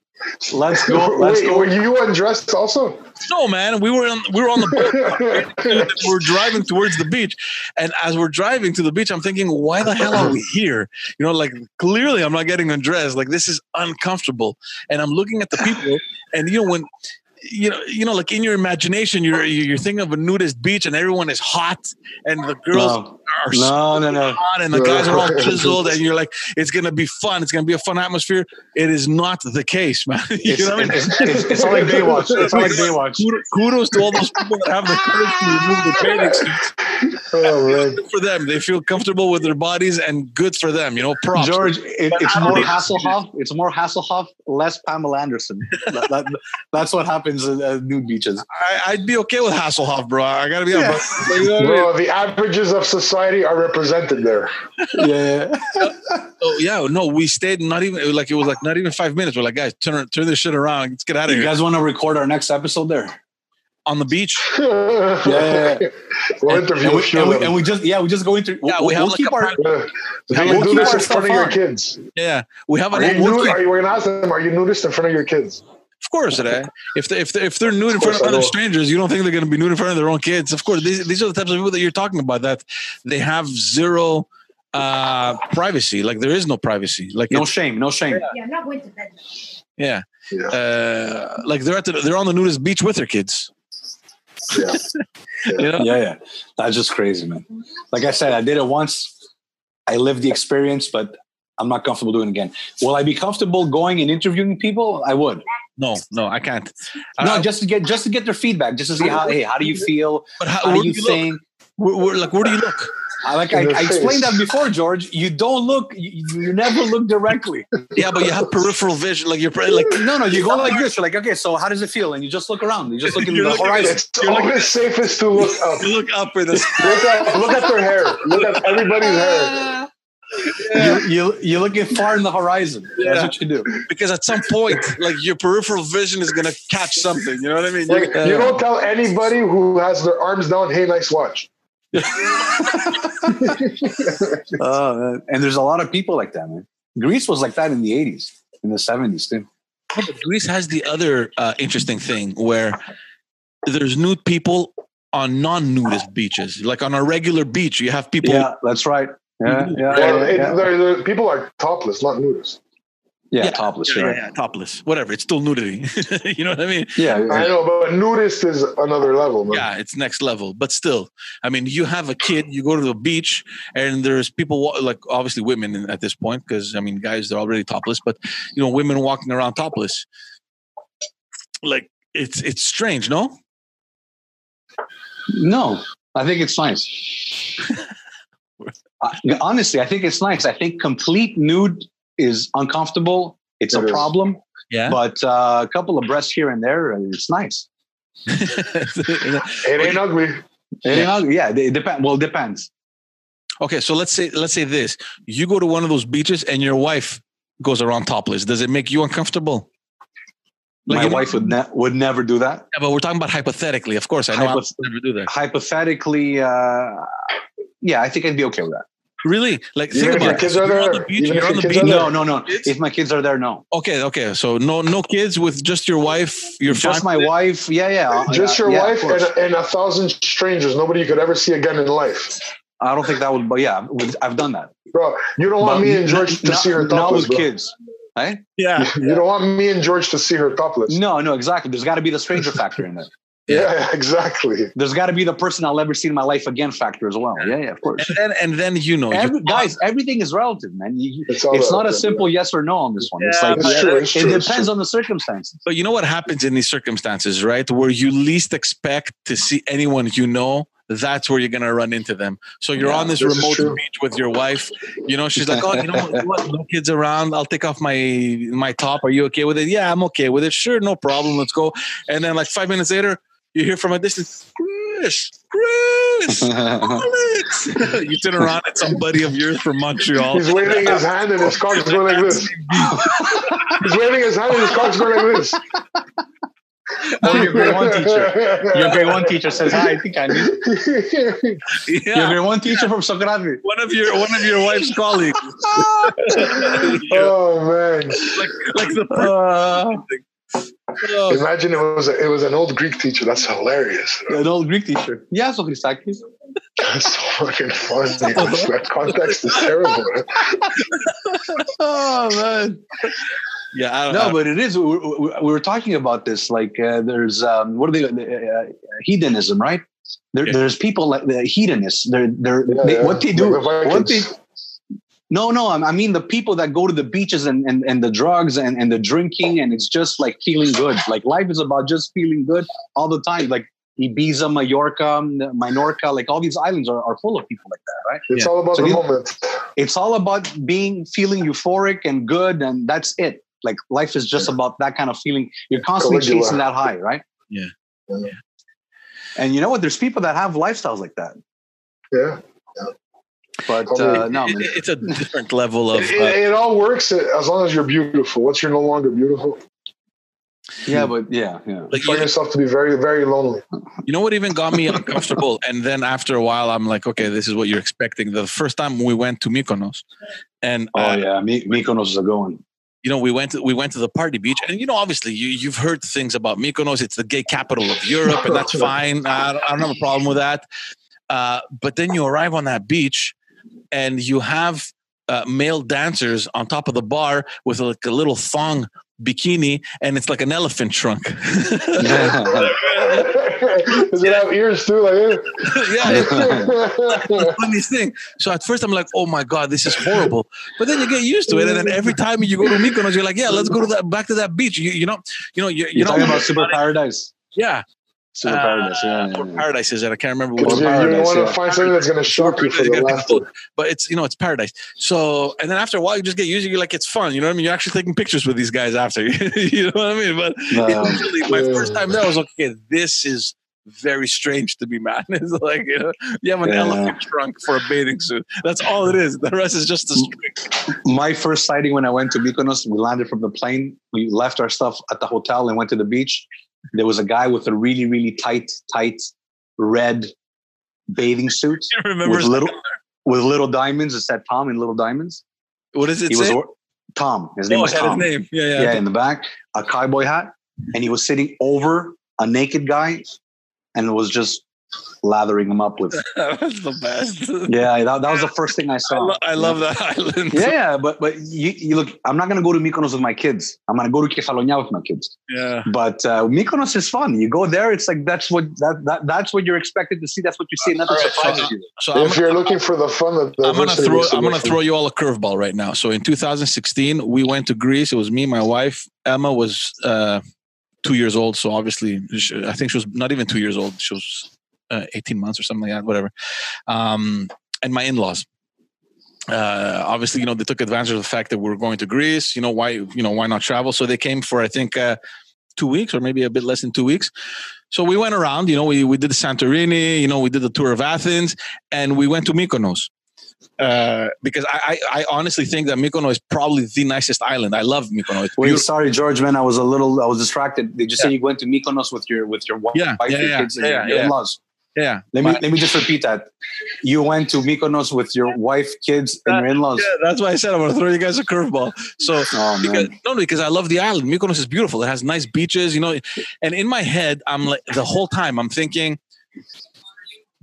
S2: let's
S3: [laughs]
S2: go. Let's
S3: Wait,
S2: go.
S3: were you undressed
S2: [laughs]
S3: also? [laughs]
S1: No, man, we were on we were on the boat.
S2: Oh,
S1: we're driving towards the beach, and as we're driving to the beach, I'm thinking, why the hell are we here? You know, like clearly I'm not getting undressed. Like this is uncomfortable, and I'm looking at the people, and you know when. You know, you know, like in your imagination, you're you're thinking of a nudist beach, and everyone is hot, and the girls
S2: No,
S1: are
S2: no, no, no.
S1: hot, and the guys
S2: [laughs]
S1: are all chiseled, and you're like, it's gonna be fun. It's gonna be a fun atmosphere. It is not the case, man. [laughs] you
S2: It's,
S1: know what I mean?
S2: it's, it's, it's not like Baywatch. It's not like Baywatch.
S1: Kudo- kudos to all those people that have the courage to remove
S2: [laughs]
S1: the bathing suits.
S3: Oh, man.
S1: Good for them. They feel comfortable with their bodies and good for them. You know, props.
S2: George, it,
S1: But
S2: it's
S1: I don't
S2: more
S1: think-
S2: Hasselhoff. It's more Hasselhoff, less Pamela Anderson. That- that- that's what happens at, at
S1: [laughs]
S2: nude beaches.
S1: I, I'd be okay with Hasselhoff, bro. I gotta be honest. But, you know what I mean?
S3: Bro, the averages of society are represented there.
S2: Yeah,
S1: So, yeah, no, we stayed not even it was like it was like not even five minutes. We're like, guys, turn turn this shit around. Let's get out of
S2: you
S1: here.
S2: guys want to record our next episode there?
S1: On the beach.
S2: yeah,
S3: [laughs] We'll
S2: And,
S3: interview
S2: and
S3: a
S2: we,
S3: few
S2: and
S3: of
S2: we-
S3: them.
S2: and we just yeah, we just go into
S1: Yeah,
S2: we'll,
S1: we have
S2: we'll
S1: like
S2: keep
S1: a
S2: our
S1: private-
S3: Yeah. You
S1: How
S3: can
S1: about
S3: do
S2: keep
S3: this
S2: our
S3: in
S2: stuff
S3: front of your
S2: on?
S3: kids.
S1: Yeah. We have
S3: Are
S1: an
S3: you, nude,
S1: networking.
S3: are you going to ask them, are you nudist in front of your kids?
S1: Of course, eh? if they, if they, if they're nude in
S3: Of
S1: front
S3: course
S1: of
S3: I
S1: other
S3: will.
S1: strangers, you don't think they're going to be nude in front of their own kids. Of course, these these are the types of people that you're talking about that they have zero uh privacy. Like there is no privacy. Like
S2: no
S1: it's-
S2: shame, no shame.
S4: Yeah, I'm not going to bed. now.
S1: yeah,
S3: Yeah.
S1: uh, like they're at the, they're on the nudist beach with their kids.
S3: Yeah.
S1: You know?
S2: Yeah, yeah, that's just crazy, man. Like I said, I did it once. I lived the experience, but I'm not comfortable doing it again. Will I be comfortable going and interviewing people? I would.
S1: No, no, I can't. Uh, I-
S2: No,
S1: I-
S2: just to get just to get their feedback, just to see how hey, how do you feel?
S1: but how,
S2: How
S1: where
S2: do
S1: do
S2: you
S1: you look?
S2: think?
S1: Where, where- like where do you look?
S2: I like I,
S3: In their
S2: I explained
S3: face.
S2: that before, George. You don't look. You, you never look directly.
S1: Yeah, but you have peripheral vision. Like you're probably like
S2: No, no. You go like this. You're like, okay. So how does it feel? And you just look around. You just look in
S1: You're
S2: the
S1: looking at
S2: horizon.
S3: It's always safest to look up.
S1: you look up with this.
S3: Look at, look at their hair. Look at everybody's hair.
S2: You, you you're looking far in the horizon.
S1: Yeah.
S2: That's what you do.
S1: because at some point, like your peripheral vision is gonna catch something. You uh, know what I mean?
S3: Like, you don't tell anybody who has their arms down, hey, nice watch.
S2: Oh, man. and there's a lot of people like that, man. Greece was like that in the '80s, in the '70s too.
S1: Yeah, but Greece has the other uh, interesting thing where there's nude people on non-nudist beaches, like on a regular beach. You have people.
S2: Yeah, that's right. Yeah, yeah,
S3: Well,
S2: yeah,
S3: it-
S2: yeah.
S3: they're- they're- people are topless, not nudist.
S2: Yeah, topless,
S1: yeah,
S2: right?
S1: yeah, topless, whatever. It's still nudity. [laughs] you know what I mean?
S2: Yeah, yeah.
S3: I know, but nudist is another level. Man.
S1: Yeah, it's next level. But still, I mean, you have a kid, you go to the beach, and there's people wa- like obviously women in- at this point because I mean, guys they're already topless, but you know, women walking around topless. Like it's it's strange, no? [laughs]
S2: No, I think
S1: [laughs]
S2: it's nice. I- honestly, I think it's nice. I think complete nude is uncomfortable. It's
S3: It
S2: a
S3: is.
S2: problem,
S1: Yeah.
S2: but uh, a couple of breasts here and there, and it's nice.
S3: It ain't ugly.
S2: You know, yeah, it depends. Well, it depends.
S1: okay, so let's say let's say this: you go to one of those beaches, and your wife goes around topless. Does it make you uncomfortable? Like,
S2: My
S1: you know-
S2: wife would ne- would never do that.
S1: Yeah, but we're talking about hypothetically. Of course, I know I would
S2: Hypoth-
S1: never do that.
S2: Hypothetically, uh, yeah, I think I'd be okay with that.
S1: Really? Like, think
S3: Even if your
S1: about it.
S3: kids
S1: So
S3: are
S1: you're on
S3: there,
S1: the beach.
S3: even
S1: You're
S3: if
S1: on
S3: your
S1: the
S3: kids are
S1: beach.
S2: No, no, no.
S3: Kids?
S2: If my kids are there, no.
S1: Okay, okay. So no, no kids with just your wife. You're
S2: Just
S1: fine.
S2: my wife. Yeah, yeah.
S3: Just
S2: yeah,
S3: your
S2: yeah, of
S3: wife
S2: course.
S3: and, and a thousand strangers, nobody you could ever see again in life.
S2: I don't think that would. But yeah, with- I've done that.
S3: Bro, you don't want
S2: But
S3: me and
S2: n-
S3: George to
S2: not-
S3: see her
S2: Not
S3: topless,
S2: with
S3: bro.
S2: kids. Right? [laughs]
S1: Yeah.
S3: [laughs] You don't want me and George to see her topless.
S2: No, no, exactly. There's got to be the stranger factor in there.
S1: Yeah.
S3: [laughs] Yeah, exactly.
S2: There's got to be the person I'll never see in my life again factor as well. Yeah, yeah, of course.
S1: And then, and then you know,
S2: Every,
S1: you
S2: guys, everything is relative, man. You, you-
S3: It's, all
S2: it's
S3: that,
S2: not a
S3: yeah.
S2: simple yes or no on this one. It's
S1: Yeah,
S2: like
S3: It's true, it's
S2: it
S3: true, it's
S2: depends
S3: true.
S2: on the circumstances.
S1: but you know what happens in these circumstances, right? Where you least expect to see anyone you know, that's where you're gonna run into them. So you're
S2: Yeah,
S1: on this
S3: this is
S1: remote
S3: true.
S1: beach with your wife. You know, she's like, "Oh, you know what? No kids around. I'll take off my my top. Are you okay with it? Yeah, I'm okay with it. Sure, no problem. Let's go." And then, like five minutes later, you hear from a distance, "Chris, Chris." Alex! [laughs] you turn around at some buddy of yours from
S3: [laughs]
S1: Montreal.
S3: He's waving
S2: [laughs]
S3: his hand and his cock's going like this. He's waving his hand and his cock's going like this.
S2: Or [laughs] your grade
S3: [laughs]
S2: one teacher. Your grade one teacher says, "Hi, [laughs] I think I need." Your
S1: Yeah.
S2: grade one teacher from Socrates.
S1: One of your one of your wife's colleagues.
S3: [laughs] oh man!
S1: [laughs] like like the
S2: [laughs] Uh,
S1: oh,
S3: Imagine it was a, it was an old Greek teacher. That's hilarious.
S2: [laughs] an old Greek teacher. Yeah, Socrates.
S3: That's so
S2: [laughs]
S3: fucking funny. That's- that context is terrible. man.
S2: Oh man.
S1: yeah. I don't, [laughs]
S2: no,
S1: know.
S2: but it is. We, we, we were talking about this. Like, uh, there's um, what are they? Uh, hedonism, right? There,
S1: Yeah.
S2: There's people like the hedonists. They're they're
S3: Yeah,
S2: they,
S3: yeah.
S2: what they
S3: Like
S2: do.
S3: the Vikings.
S2: what they no, no. I'm- I mean the people that go to the beaches and and, and the drugs and, and the drinking and it's just like feeling good. Like life is about just feeling good all the time. Like Ibiza, Mallorca, Minorca, like all these islands are, are full of people like that, right?
S3: It's
S1: Yeah.
S3: all about
S2: So
S3: the
S2: you-
S3: moment.
S2: It's all about being feeling euphoric and good, and that's it. Like life is just about that kind of feeling. You're constantly
S3: Caligula.
S2: chasing that high, right?
S1: Yeah.
S3: Yeah.
S2: And you know what? There's people that have lifestyles like that,
S3: Yeah,
S2: but
S3: Probably.
S2: uh, no,
S1: It-
S2: man.
S1: [laughs] it-
S2: [laughs]
S1: it's a different level of.
S3: it,
S1: Uh,
S3: it, it all works as long as you're beautiful. Once you're no longer beautiful,
S2: yeah, but yeah, yeah.
S1: like
S3: find
S1: you,
S3: yourself to be very, very
S2: [laughs]
S3: lonely. [laughs]
S1: you know what even got me uncomfortable, and then after a while, I'm like, okay, this is what you're expecting. The first time we went to Mykonos, and
S2: Oh
S1: uh,
S2: yeah, Mi- Mykonos is a
S1: [laughs]
S2: [laughs] going.
S1: you know, we went to, we went to the party beach, and you know, obviously, you you've heard things about Mykonos. It's the gay capital of Europe, and that's fine. I, don't- I don't have a problem with that. Uh, but then you arrive on that beach, and you have uh, male dancers on top of the bar with like a little thong bikini, and it's like an elephant trunk. [laughs] yeah,
S3: Does it have ears too? Like, eh?
S1: it's the funniest thing. So at first I'm like, oh my god, this is horrible. But then you get used to it, and then every time you go to Mykonos, you're like, yeah, let's go to that back to that beach. You, you know, you know, you, you
S2: You're
S1: know,
S2: talking about Super Paradise.
S1: yeah,
S2: Super
S1: Uh,
S2: Paradise. Yeah, yeah,
S1: or
S2: yeah.
S1: paradise is it? I can't remember
S3: you
S1: which.
S2: Or
S1: one.
S2: paradise,
S3: want
S2: yeah.
S3: to find something that's going to shock you for
S1: You
S3: the
S1: gotta
S3: last.
S1: be both. But it's you know it's paradise. So and then after a while you just get used. to it. You're like it's fun. You know what I mean. You're actually taking pictures with these guys after. [laughs] you know what I mean. But
S2: Um,
S1: initially, my
S3: yeah.
S1: first time there, I was like, okay, this is very strange to me, man. [laughs] It's like you know you have an
S2: Yeah.
S1: elephant trunk for a bathing suit. That's all it is. The rest is just a string.
S2: my first sighting when I went to Mykonos, we landed from the plane. We left our stuff at the hotel and went to the beach. There was a guy with a really, really tight, tight red bathing suit
S5: [laughs]
S1: You remember
S2: with little with little diamonds. It said Tom in little diamonds.
S1: what is it?
S2: He was
S1: say?
S2: or- Tom. His name
S1: oh,
S2: was
S1: it had his
S2: Tom.
S1: name. Yeah, yeah.
S2: Yeah,
S5: [laughs]
S2: in the back, a cowboy hat, and he was sitting over a naked guy, and was just lathering them
S1: [laughs]
S2: up with.
S5: that was the best. [laughs]
S2: Yeah, that, that was the first thing I
S5: I,
S2: saw.
S5: lo- I love that island.
S2: Yeah, yeah, but but you, you look, I'm not gonna go to Mykonos with my kids. I'm gonna go to Kefalonia with my kids.
S5: [laughs] yeah.
S2: But uh, Mykonos is fun. You go there, it's like that's what that, that that's what you're expected to see. That's what you see. Nothing
S5: All right,
S2: surprises
S5: so-
S2: you.
S5: So I'm,
S3: if you're looking for the fun of
S5: I'm gonna
S3: diversity,
S5: throw
S3: it's the
S5: I'm gonna
S3: most
S5: throw you all a curveball right now. So in 2016, we went to Greece. It was me, my wife, Emma was uh, two years old. So obviously, she, I think she was not even two years old. She was uh, 18 months or something like that. Whatever. Um, and my in-laws. Uh, obviously, you know they took advantage of the fact that we were going to Greece. You know why? You know why not travel? So they came for I think uh, two weeks or maybe a bit less than two weeks. So we went around. You know we we did Santorini. You know we did the tour of Athens, and we went to Mykonos uh, because I, I, I honestly think that Mykonos is probably the nicest island. I love Mykonos. It's
S2: Wait,
S5: beautiful.
S2: sorry, George, man. I was a little, I was distracted. They just said you went to Mykonos with your with your wife,
S5: Yeah, yeah,
S2: your
S5: yeah,
S2: kids, and
S5: yeah,
S2: your, your
S5: yeah.
S2: in-laws.
S5: Yeah.
S2: Let me
S5: My-
S2: let me just repeat that. You went to Mykonos with your wife, kids, and your in-laws.
S5: yeah, that's why I said I'm going to throw you guys a curveball. So
S2: Oh
S5: because,
S2: man,
S5: no, no, because I love the island. Mykonos is beautiful. It has nice beaches, you know. And in my head, I'm like the whole time I'm thinking,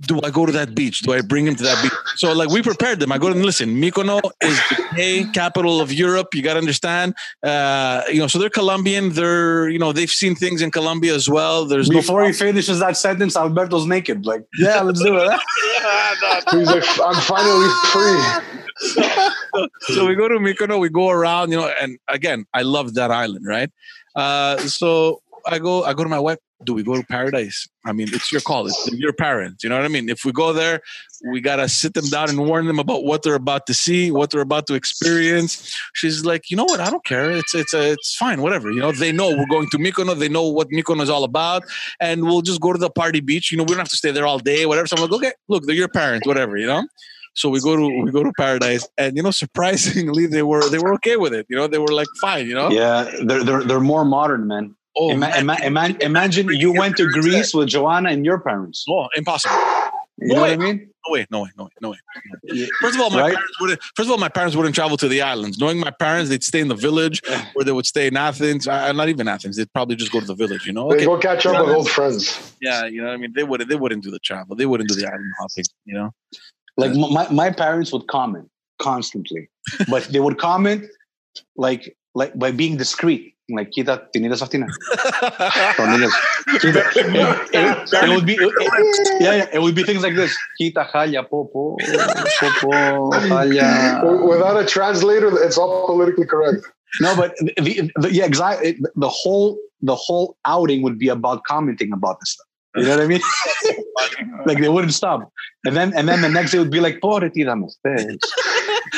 S5: do I go to that beach? Do I bring him to that beach? So like we prepared them. I go and listen. Mykonos is the gay capital of Europe. You got to understand. Uh, you know, so they're Colombian. They're you know they've seen things in Colombia as well. There's no
S2: before he finishes that sentence, Alberto's naked. Like, yeah, let's do it.
S3: fun. He's like, I'm finally free.
S5: so we go to Mykonos, we go around, you know, and again, I love that island, right? Uh, so I go, I go to my wife. Do we go to paradise? I mean, it's your call. It's your parents. You know what I mean? If we go there, we gotta sit them down and warn them about what they're about to see, what they're about to experience. She's like, you know what? I don't care. It's it's uh, it's fine. Whatever. You know, they know we're going to Mykonos. They know what Mykonos is all about, and we'll just go to the party beach. You know, we don't have to stay there all day. Whatever. So I'm like, okay, look, they're your parents. Whatever. You know. So we go to we go to paradise, and you know, surprisingly, they were they were okay with it. You know, they were like fine. You know,
S2: Yeah, they're they're they're more modern, man.
S5: oh,
S2: Ima-
S5: man.
S2: ima- ima- imagine you went to Greece with Joanna and your parents.
S5: oh, impossible.
S2: You know what I mean?
S5: No way, no way, no way, no way.
S2: Yeah.
S5: First of all, my
S2: Right?
S5: parents wouldn't. First of all, my parents wouldn't travel to the islands. Knowing my parents, they'd stay in the village, or they would stay in Athens. Uh, not even Athens. They'd probably just go to the village. You know,
S3: They
S5: okay,
S3: go catch up with old friends.
S5: yeah, you know, what I mean, they wouldn't. They wouldn't do the travel. They wouldn't do the island hopping. You know,
S2: Like m- my, my parents would comment constantly, but they would comment like like by being discreet. Like kita tinidas aftina.
S5: [laughs]
S2: Kita. It, it- eh, it would be it- it- yeah, yeah, it would be things like this. Kita halya popo popo
S5: Oh,
S2: halya.
S3: W- Without a translator, it's all politically correct.
S2: No, but the, the yeah, exactly. The whole the whole outing would be about commenting about this stuff. You know what I mean? [laughs] like they wouldn't stop. And then and then the next day would be like, Pobre tira
S5: [laughs]
S2: ustedes.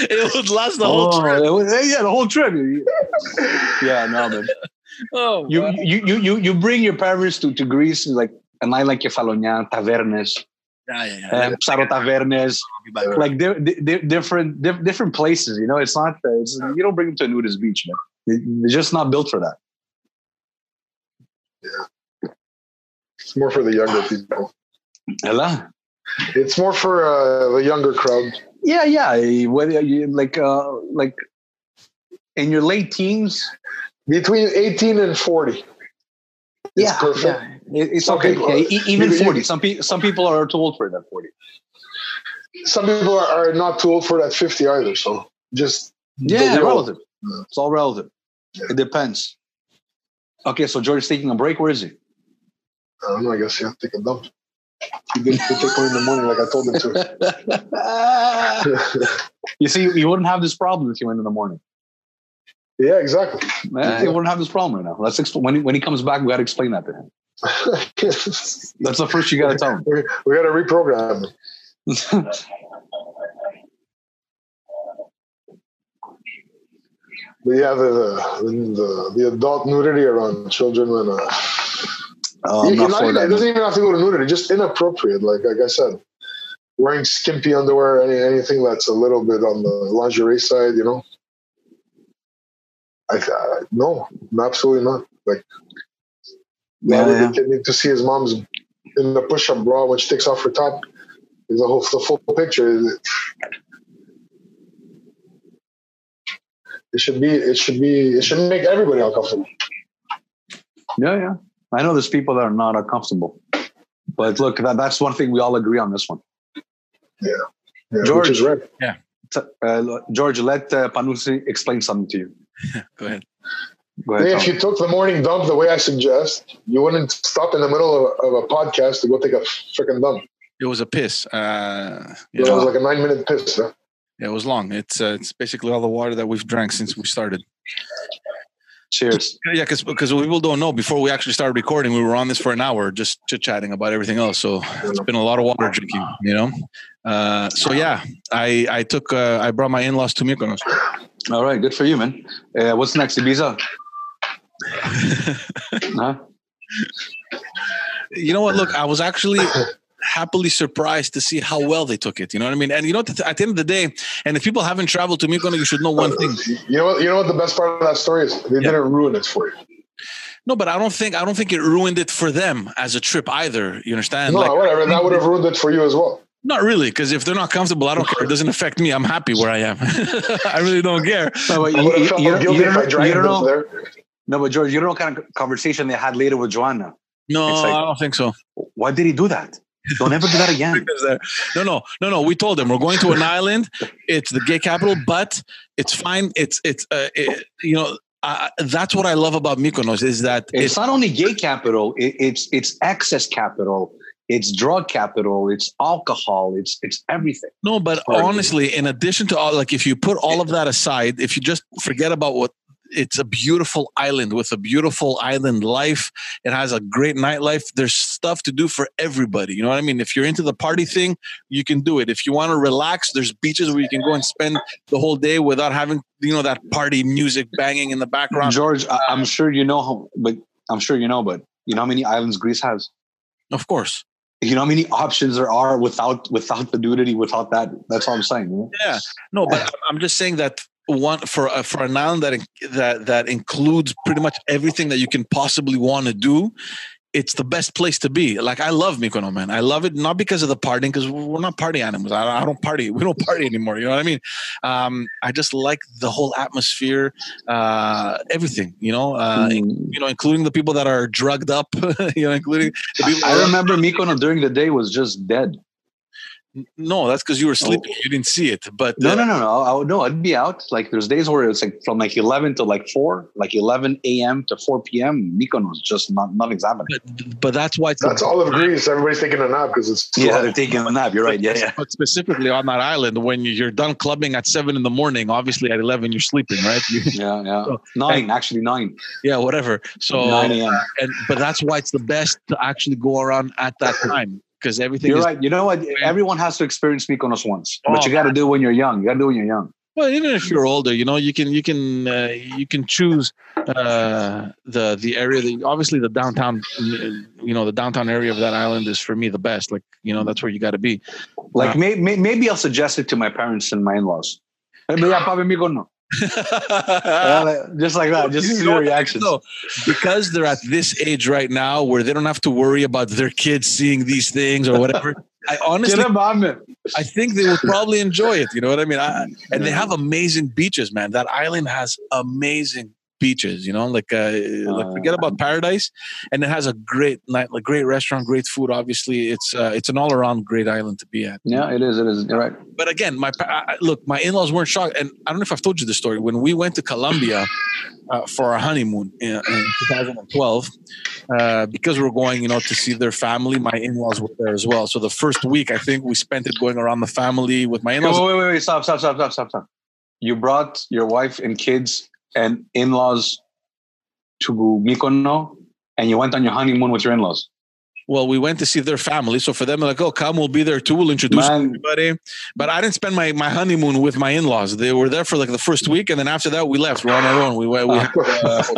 S5: it would last the whole.
S2: Oh,
S5: trip.
S2: it was- yeah, the whole trip. Yeah, no, man.
S5: Oh,
S2: You
S5: man.
S2: you you you you bring your parents to, to Greece like and I like Kefalonia, tavernes,
S5: yeah, yeah, yeah.
S2: uh, Psaro tavernes,
S5: I'll be back.
S2: like they're, they're different diff- different places. You know, it's not it's, you don't bring them to a nudist beach, man. They- They're just not built for that.
S3: It's more for the younger people.
S2: Hello?
S3: It's more for uh, the younger crowd.
S2: Yeah, yeah. Whether you like uh like in your late teens,
S3: Between 18 and 40. It's
S2: yeah,
S3: perfect.
S2: yeah. It- it's
S3: Some
S2: okay.
S3: people-
S2: Yeah, e- even
S3: you- you-
S2: forty. Some people some people are too old for that forty.
S3: Some people are, are not too old for that 50 either. So just
S2: Yeah,
S3: the world.
S2: relative. It's all relative. It depends. Okay, so George's taking a break. Where is he?
S3: I don't know. I guess you have to take a dump. He didn't take one in the morning like I told him
S2: you
S3: to.
S2: see, you wouldn't have this problem if you went in the morning.
S3: [laughs] yeah, exactly.
S2: Eh, You wouldn't have this problem right now. Let's explain when he, when he comes back. We got to explain that to him. That's the first you got to tell him.
S3: we, [laughs] we got to reprogram [laughs] him. But yeah, the, uh, the, the, the adult nudity around children and uh,
S2: Oh, I'm
S3: You-
S2: not
S3: not
S2: for
S3: even- it
S2: that.
S3: doesn't even have to go to nudity, just inappropriate. Like like I said, wearing skimpy underwear, any, anything that's a little bit on the lingerie side, you know. I, I no, absolutely not. Like
S2: Yeah,
S3: why would
S2: yeah.
S3: the kid need to see his mom's in the push-up bra when she takes off her top? The whole the full picture. It should be. It should be. It should make everybody uncomfortable.
S2: Yeah, yeah. I know there's people that are not uncomfortable. But look, that, that's one thing we all agree on this one.
S3: Yeah. yeah
S2: George.
S3: which is right.
S2: T- uh, look, George, let uh, Panusi explain something to you.
S5: Go ahead.
S2: Go ahead.
S3: If
S2: Tom.
S3: you took the morning dump the way I suggest, you wouldn't stop in the middle of, of a podcast to go take a freaking dump.
S5: It was a piss. Uh,
S3: It
S5: you know,
S3: was like a nine minute piss. Huh?
S5: it was long. It's uh, it's basically all the water that we've drank since we started.
S2: Cheers.
S5: Yeah, because because people don't know. Before we actually started recording, we were on this for an hour, just chit chatting about everything else. So it's been a lot of water drinking, you know. Uh, so yeah, I I took uh, I brought my in laws to Mykonos.
S2: All right. Good for you, man. Uh, what's next, Ibiza? huh?
S5: you know what? Look, I was actually happily surprised to see how well they took it. You know what I mean? And you know, at the end of the day, and if people haven't traveled to Mykonos, you should know one thing.
S3: You know what? You know what the best part of that story is? They
S5: Yeah.
S3: didn't ruin it for you.
S5: No, but I don't think I don't think it ruined it for them as a trip either. You understand?
S3: no,
S5: like,
S3: whatever. That would have ruined it for you as well.
S5: not really, because if they're not comfortable, I don't care. It doesn't affect me. I'm happy where I am. [laughs] I really don't care.
S2: No, but
S3: I
S2: you,
S3: would have
S2: you-
S3: felt
S2: you don't-
S3: guilty
S2: you
S3: if I
S2: don't know. you
S3: dragged
S2: don't
S3: them
S2: know-
S3: there.
S2: No, but George, you don't know what kind of conversation they had later with Joanna.
S5: No,
S2: It's like-
S5: I don't think [laughs] so.
S2: Why did he do that? Don't ever do that [laughs] again.
S5: Because they're- No, no, no, no. We told them we're going to an island. It's the gay capital, but it's fine. It's it's uh, it, you know uh, that's what I love about Mykonos is that
S2: It's not only gay capital; it, it's it's excess capital, it's drug capital, it's alcohol, it's it's everything.
S5: No, but
S2: Sorry.
S5: honestly, in addition to all, like if you put all of that aside, if you just forget about what it's a beautiful island with a beautiful island life. It has a great nightlife. There's stuff to do for everybody. You know what I mean? If you're into the party thing, you can do it. If you want to relax, there's beaches where you can go and spend the whole day without having, you know, that party music banging in the background.
S2: George, I,
S5: uh,
S2: I'm sure you know, how, but I'm sure you know, but you know how many islands Greece has.
S5: Of course.
S2: You know how many options there are without without the nudity, without that. That's all I'm saying. you know?
S5: Yeah, no, but I'm- I'm just saying that one for uh, for an island that in- that that includes pretty much everything that you can possibly want to do. It's the best place to be. Like I love Mykonos, man. I love it not because of the partying, because we're not party animals. I, I don't party. We don't [laughs] party anymore. You know what I mean? Um, I just like the whole atmosphere, uh, everything. You know, uh, in-
S2: Mm.
S5: you know, including the people that are drugged up. [laughs] you know, including the people.
S2: I remember Mykonos during the day was just dead.
S5: no, that's because you were sleeping. You didn't see it. But
S2: Oh. No,
S5: uh,
S2: no, no, no. I would, no, I'd be out. Like there's days where it's like from like 11 to like 4, like 11 a.m. to 4 p.m. Mykonos just not nothing's happening.
S5: But, but that's why it's the
S3: That's all of Greece. Everybody's taking a nap because it's
S2: Yeah, they're taking a nap. You're right.
S5: [laughs]
S2: Yeah, yeah.
S5: But specifically on that island, when you're done clubbing at seven in the morning, obviously at eleven you're sleeping, right?
S2: [laughs]
S5: You-
S2: Yeah, yeah. Nine, actually nine.
S5: yeah, whatever. So,
S2: 9 a.m.
S5: and but that's why it's the best to actually go around at
S2: [laughs]
S5: that time because everything
S2: You're
S5: is
S2: right. You know what? Everyone has to experience Mykonos once.
S5: Oh,
S2: But you gotta do it when you're young. You gotta do it when you're young.
S5: well. Even if you're older, you know, you can you can uh, you can choose uh, the the area. That, obviously, the downtown, you know, the downtown area of that island is for me the best. Like, you know, that's where you got to
S2: [laughs]
S5: be.
S2: Like may, may, maybe I'll suggest it to my parents and my in-laws. Hey, but yeah, Papa Mykonos.
S5: Uh,
S2: Yeah, like- just like that. Just
S5: Ah. You
S2: see
S5: know
S2: their
S5: what?
S2: reactions.
S5: No, because they're at this age right now where they don't have to worry about their kids seeing these things or whatever. I
S2: Get
S5: honestly,
S2: him, man.
S5: I think they will probably enjoy it. You know what I mean? I, and they have amazing beaches, man. That island has amazing beaches. You know, like uh, like forget about paradise, and it has a great night, like great restaurant, great food. Obviously, it's uh, it's an all around great island to be at
S2: Yeah, it is. It is. You're right.
S5: but again, my pa- I- I- look, my in-laws weren't shocked, and I don't know if I've told you the story. When we went to Colombia uh, for our honeymoon in, in 2012, uh, because we were going, you know, to see their family, my in-laws were there as well. So the first week, I think we spent it going around the family with my
S2: Wait,
S5: in-laws.
S2: wait, wait, wait, stop, stop, stop, stop, stop, stop. You brought your wife and kids and in-laws to Mykonos, and you went on your honeymoon with your in-laws.
S5: Well, we went to see their family, so for them, like, oh, come, we'll be there too. We'll introduce [laughs]
S2: Man,
S5: everybody. But I didn't spend my, my honeymoon with my in-laws. They were there for like the first week, and then after that, we left. We're on our own. We uh, went. We,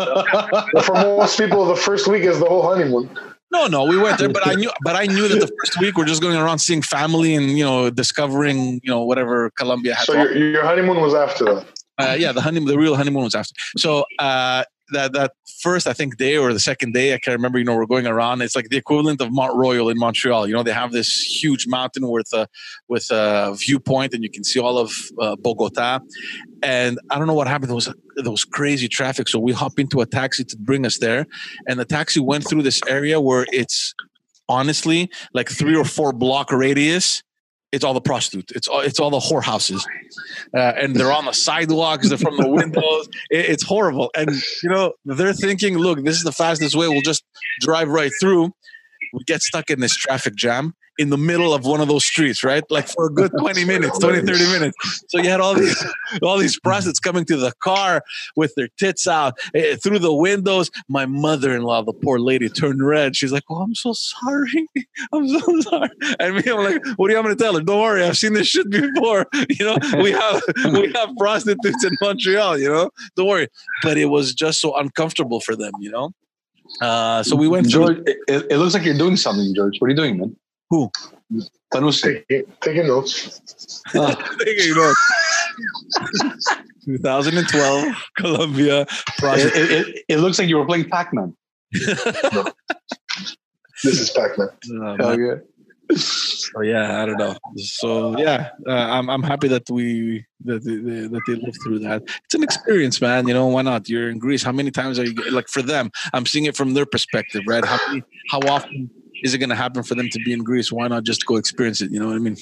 S3: for most people, the first week is the whole honeymoon.
S5: No, no, we went there, but I knew, but I knew that the first week we're just going around seeing family and you know discovering you know whatever Colombia has.
S3: So your, your honeymoon was after that.
S5: uh, yeah, the honeymoon, the real honeymoon was after. So uh, that that first I think day or the second day, I can't remember. You know, we're going around. It's like the equivalent of Mont Royal in Montreal. You know, they have this huge mountain with a with a viewpoint, and you can see all of uh, Bogota. And I don't know what happened. There was there was crazy traffic, so we hop into a taxi to bring us there, and the taxi went through this area where it's honestly like three or four block radius it's all the prostitutes. It's all it's all the whorehouses, uh, and they're on the sidewalks. They're from the windows. It, it's horrible, and you know they're thinking, "Look, this is the fastest way. We'll just drive right through." We get stuck in this traffic jam in the middle of one of those streets, right? Like for a good 20 minutes, 20, 30 minutes. So you had all these all these prostitutes coming to the car with their tits out eh, through the windows. My mother-in-law, the poor lady, turned red. She's like, Oh, I'm so sorry. [laughs] I'm so sorry. And me, I'm like, what do you want me to tell her? Don't worry, I've seen this shit before. [laughs] You know, we have we have [laughs] prostitutes in Montreal, you know? Don't worry. But it was just so uncomfortable for them, you know? Uh, so we went through
S2: George, it, it looks like you're doing something, George. What are you doing, man?
S5: Who?
S2: Tanusi.
S3: Taking, taking notes.
S5: Ah, you [laughs] know, 2012 Colombia
S2: It,
S5: project.
S2: it, it, it looks like you were playing Pac-Man.
S3: This is Pac Man.
S5: Uh,
S2: Oh, yeah.
S5: so Oh, yeah, I don't know. So yeah, uh, I'm I'm happy that we that they, they- that they lived through that. It's an experience, man. You know why not? You're in Greece. How many times are you like for them? I'm seeing it from their perspective, right? How many, how often is it going to happen for them to be in Greece? Why not just go experience it? You know what I mean?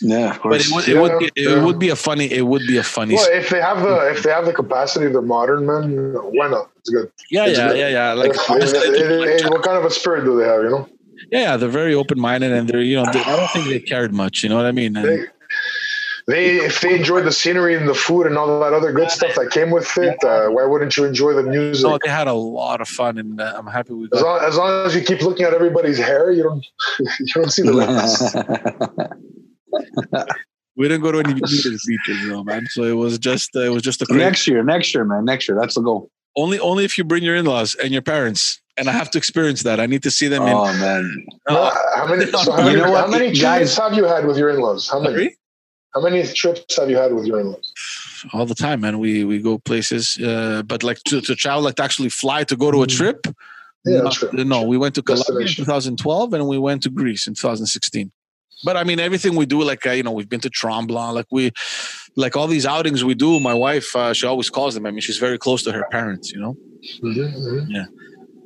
S2: Yeah, of
S5: But
S2: course.
S5: it [laughs] would it would, be, it
S3: Yeah.
S5: would be a funny it would be a funny.
S3: Well, if they have the if they have the capacity, they're modern, man. Why not? It's good.
S5: yeah, yeah, yeah, yeah. Like
S3: If- if- if- if- what kind of a spirit do they have? You know,
S5: Yeah, yeah, they're very open minded, and they're you know they, I don't think they cared much. You know what I mean? And,
S3: they they if they enjoy the scenery and the food and all that other good stuff that came with it, uh, why wouldn't you enjoy the music?
S2: Oh,
S5: no, they had a lot of fun, and uh, I'm happy we
S3: As
S5: got.
S3: long, as long as you keep looking at everybody's hair, you don't [laughs] you don't see the rest.
S2: [laughs]
S5: We didn't go to any beaches, beaches, you know, man. So it was just uh, it was just a crazy.
S2: next year, next year, man. Next year. That's the goal.
S5: Only only if you bring your in laws and your parents, and I have to experience that. I need to see them in.
S2: oh, man.
S5: Uh,
S3: how many? So how
S2: You
S3: many,
S2: know what,
S3: how many trips
S2: guys-
S3: have you had with your in-laws? How many?
S5: sorry?
S3: How many trips have you had with your in-laws?
S5: all the time, man. We we go places, uh, but like to, to travel, like to actually fly to go to a trip.
S3: Mm. Yeah,
S5: no,
S3: true.
S5: no, we went to Colombia in
S3: Destination.
S5: 2012 and we went to Greece in 2016. But I mean, everything we do, like uh, you know, we've been to Tremblant, like we, like all these outings we do. My wife, uh, she always calls them. I mean, she's very close to her parents, you know.
S3: Mhm,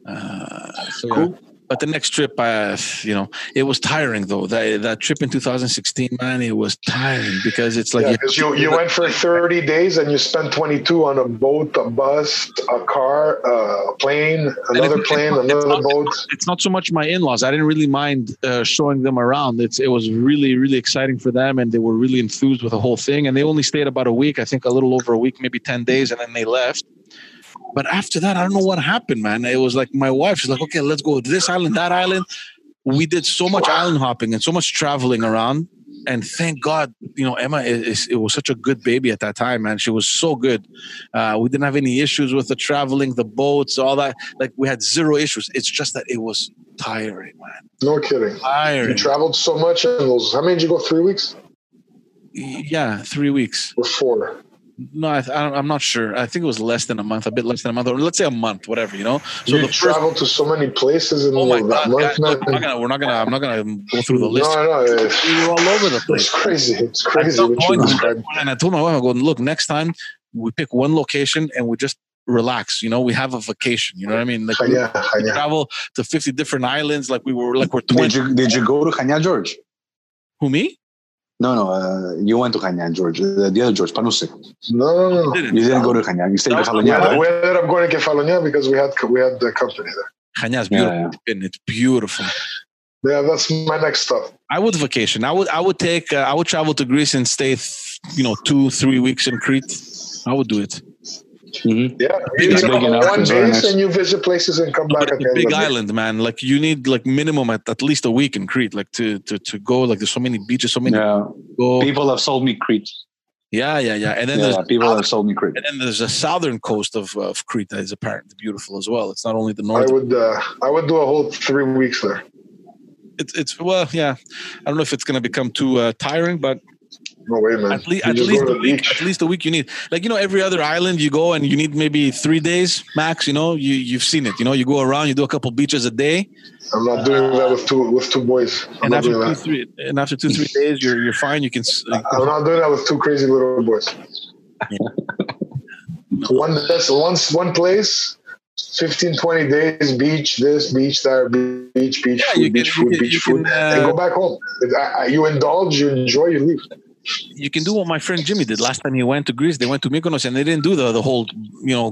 S5: Uh, so, yeah. But the next trip, uh, you know, it was tiring though. That that trip in 2016, man, it was tiring because it's like
S3: yeah, because you, you went for 30 days and you spent 22 on a boat, a bus, a car, a plane, another
S5: it's-
S3: plane,
S5: it's-
S3: another boat.
S5: it's not so much my in-laws. I didn't really mind uh, showing them around. It's it was really really exciting for them, and they were really enthused with the whole thing. And they only stayed about a week, I think, a little over a week, maybe ten days, and then they left. But after that, I don't know what happened, man. It was like my wife. She's like, okay, let's go to this island, that island. We did so much island hopping and so much traveling around. And thank God, you know, Emma is, is it was such a good baby at that time, man. She was so good. Uh, we didn't have any issues with the traveling, the boats, all that. Like we had zero issues. It's just that it was tiring, man.
S3: No kidding. You
S5: Tiring.
S3: traveled so much in those. How many did you go? Three weeks
S5: Yeah, three weeks.
S3: or four?
S5: No, I, I don't, I'm not sure. I think it was less than a month, a bit less than a month, or let's say a month, whatever. You know. So
S3: you
S5: the first.
S3: traveled to so many places in
S5: Oh my
S3: that
S5: God!
S3: month,
S5: guys, look,
S3: man.
S5: I'm not gonna, we're not gonna. I'm not gonna go through the
S3: No,
S5: list.
S3: I know. It's,
S5: We were all over the place.
S3: it's crazy. It's
S5: I
S3: crazy
S5: stopped
S3: what
S5: going
S3: you
S5: to
S3: described.
S5: And I told my wife, I go, look, next time we pick one location and we just relax. You know, we have a vacation. You know what I mean? Like we
S3: Yeah, yeah.
S5: travel to 50 different islands, like we were, like we're 20.
S2: Did you, did you go to Kanya, George?
S5: Who me?
S2: No, no. Uh, you went to Kanya, George. Uh, the other George, Panusik.
S3: No, no, no.
S2: You didn't go to Kanya. You stayed in
S5: That was-
S2: Catalonia,
S3: We,
S5: Yeah,
S2: right?
S3: we ended up going to Kefalonia because we had we had the company
S5: Khanya's beautiful.
S2: Yeah,
S5: and It's beautiful.
S3: there. Yeah, that's my next stop.
S5: I would vacation. I would. I would take. Uh, I would travel to Greece and stay, th- you know, two, three weeks in Crete. I would do it.
S2: yeah.
S3: Yeah,
S2: Big-
S3: you
S2: big
S3: travel
S2: enough,
S3: one
S2: it's very
S3: base
S2: nice.
S3: and you visit places and come
S5: But
S3: back at the
S5: it's a
S3: end
S5: big
S3: of the
S5: island, man. Like you need like minimum at, at least a week in Crete, like to to to go. Like there's so many beaches, so many
S2: Yeah.
S5: go.
S2: People have sold me Crete.
S5: Yeah, yeah, yeah. And oh. then
S2: Yeah,
S5: there's
S2: people have sold me Crete.
S5: And then there's a southern coast of, of Crete that is apparently beautiful as well. It's not only the
S3: I
S5: north.
S3: would uh, I would do a whole three weeks there.
S5: It's, it's well, yeah. I don't know if it's going to become too uh, tiring, but
S3: No way, man.
S5: at, le-
S3: You
S5: at
S3: just
S5: least
S3: go to
S5: a
S3: the
S5: week,
S3: beach.
S5: at least a week you need. Like you know, every other island you go and you need maybe three days max. You know, you you've seen it. You know, you go around, you do a couple beaches a day,
S3: I'm not doing that with two with two boys. I'm
S5: and
S3: not
S5: after
S3: doing
S5: two
S3: that.
S5: three and after two three days you're you're fine. You can.
S3: [laughs]
S5: s-
S3: I'm not doing that with two crazy [laughs] little boys. One that's once one place, 15, 20 days, beach this, beach that, beach, beach
S5: Yeah, you
S3: food,
S5: can-
S3: beach
S5: you
S3: food,
S5: can-
S3: beach
S5: you
S3: food,
S5: can,
S3: and
S5: uh,
S3: go back home. It- I- I- you indulge, you enjoy, you leave.
S5: you can do what my friend Jimmy did last time he went to Greece. They went to Mykonos and they didn't do the the whole you know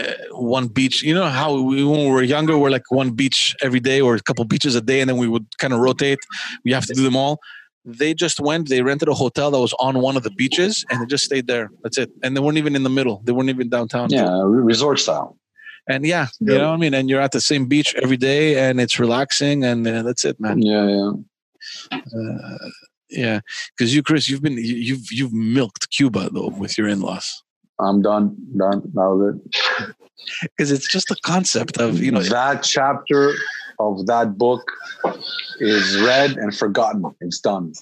S5: uh, one beach. You know how we, when we were younger, we're like one beach every day or a couple beaches a day, and then we would kind of rotate. We have to do them all. They just went. They rented a hotel that was on one of the beaches, and they just stayed there. That's it. And they weren't even in the middle. They weren't even downtown.
S2: Yeah, re- resort style.
S5: And yeah, you
S3: Yeah.
S5: know what I mean. And you're at the same beach every day, and it's relaxing, and uh, that's it, man.
S2: Yeah, yeah.
S5: Uh, yeah, because you, Chris, you've been you- you've you've milked Cuba though with your in-laws.
S2: I'm done. Done. That was it.
S5: because it's just the concept of you know
S2: that chapter of that book is read and forgotten. It's done.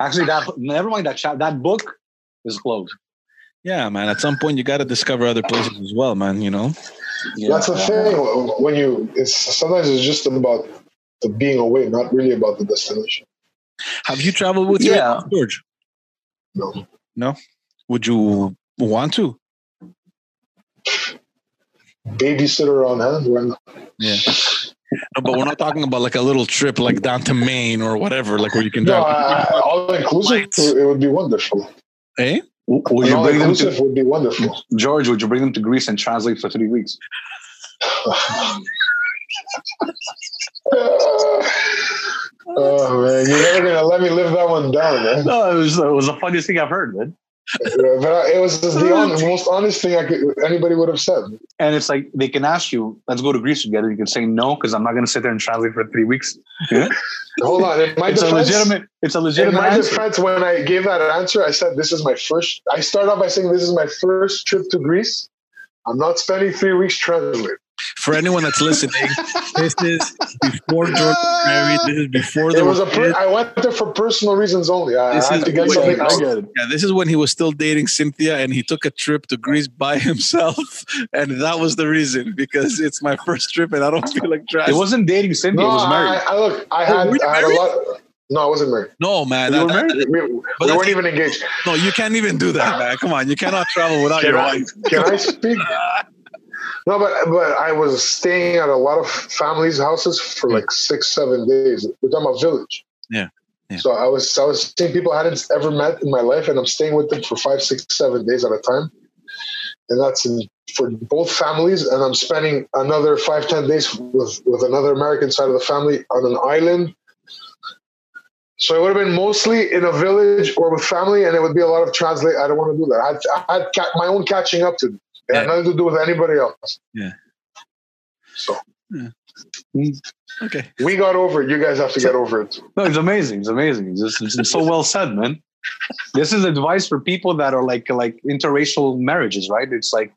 S2: Actually, that never mind that chapter. That book is closed.
S5: yeah man at some point you got to discover other places as well man you know
S2: Yeah.
S3: That's the thing. When you, it's sometimes it's just about the being away, not really about the destination.
S5: have you traveled with your
S2: Yeah.
S5: george
S3: No.
S5: would you want to
S3: Babysitter on hand when
S5: No, but we're not talking about like a little trip like down to maine or whatever like where you can
S3: no,
S5: drive
S3: I, I- all inclusive,
S5: Lights.
S3: it would be wonderful.
S5: eh?
S2: W- Would
S3: An
S2: you
S3: all
S2: bring them to
S3: inclusive would be
S2: [laughs]
S3: wonderful.
S2: George? Would you bring them to Greece and translate for three weeks?
S3: oh man, you're never gonna let me live that one down,
S2: [laughs]
S3: man.
S2: No, it was, it was the funniest thing I've heard, man.
S3: Yeah, but I, it was just the hon- most honest thing I could anybody would have said.
S2: And it's like they can ask you, "Let's go to Greece together." You can say no because I'm not going to sit there and translate for three weeks.
S3: Hold on, in my
S2: it's
S3: defense,
S2: a legitimate. It's a
S3: in
S2: legitimate
S3: my
S2: answer.
S3: defense, when I gave that answer, I said this is my first. I start off by saying this is my first trip to Greece. I'm not spending three weeks traveling.
S5: for anyone that's listening this is before george was married this is before
S3: It
S5: there
S3: was a.
S5: were
S3: Per-
S5: kids.
S3: I went there for personal reasons only. I,
S5: This
S3: I
S5: is
S3: had to get
S5: way
S3: something
S5: else.
S3: out.
S2: get it.
S5: yeah this is when he was still dating cynthia and he took a trip to greece by [laughs] himself and that was the reason because it's my first trip and i don't feel like
S2: It
S5: traveling
S2: wasn't dating Cynthia.
S3: No,
S2: it was
S3: I,
S2: married.
S3: I look. I
S5: Oh, were
S3: had.
S5: you
S3: I had a lot. No, I wasn't married.
S5: no man
S2: You
S5: that-
S2: were married?
S3: We, we
S5: that's-
S3: weren't even engaged.
S5: No, you can't even do that, man. Come on, you cannot travel without
S3: Can
S5: your
S3: I,
S5: wife.
S3: [laughs] can I speak? No, but but I was staying at a lot of families' houses for like six, seven days. We're talking about village.
S5: Yeah, yeah.
S3: So I was I was seeing people I hadn't ever met in my life, and I'm staying with them for five, six, seven days at a time, and that's in, for both families. And I'm spending another five, ten days with with another American side of the family on an island. So it would have been mostly in a village or with family, and it would be a lot of translate. I don't want to do that. I had, I had ca- my own catching up to do. It had
S5: Yeah.
S3: nothing to do with anybody else. So
S5: Okay.
S3: we got over it. You guys have to get over it.
S2: No, it's amazing. It's amazing. It's, just, it's, it's so well said, man. This is advice for people that are like like interracial marriages, right? It's like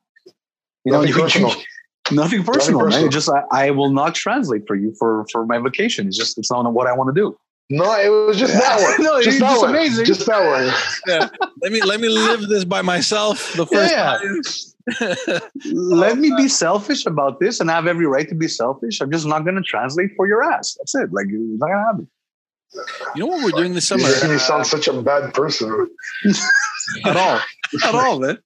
S2: you know,
S3: Nothing
S2: you- you-
S3: personal.
S2: [laughs] nothing personal, man.
S3: personal.
S2: It's just I, I will not translate for you for for my vacation. It's just it's not what I want to do.
S3: No, it was
S2: [laughs]
S3: just that one.
S2: No,
S3: just
S2: it's
S3: that
S2: just
S3: one.
S2: amazing.
S3: Just that one.
S5: Let me let me live this by myself the first
S2: Yeah. [laughs]
S5: time.
S2: Let me be selfish about this, and I have every right to be selfish. I'm just not going to translate for your ass. That's it. Like it's not going to happen.
S5: you know what we're doing this
S3: You
S5: summer?
S3: just- you sound such a bad person.
S2: At all. At all, man.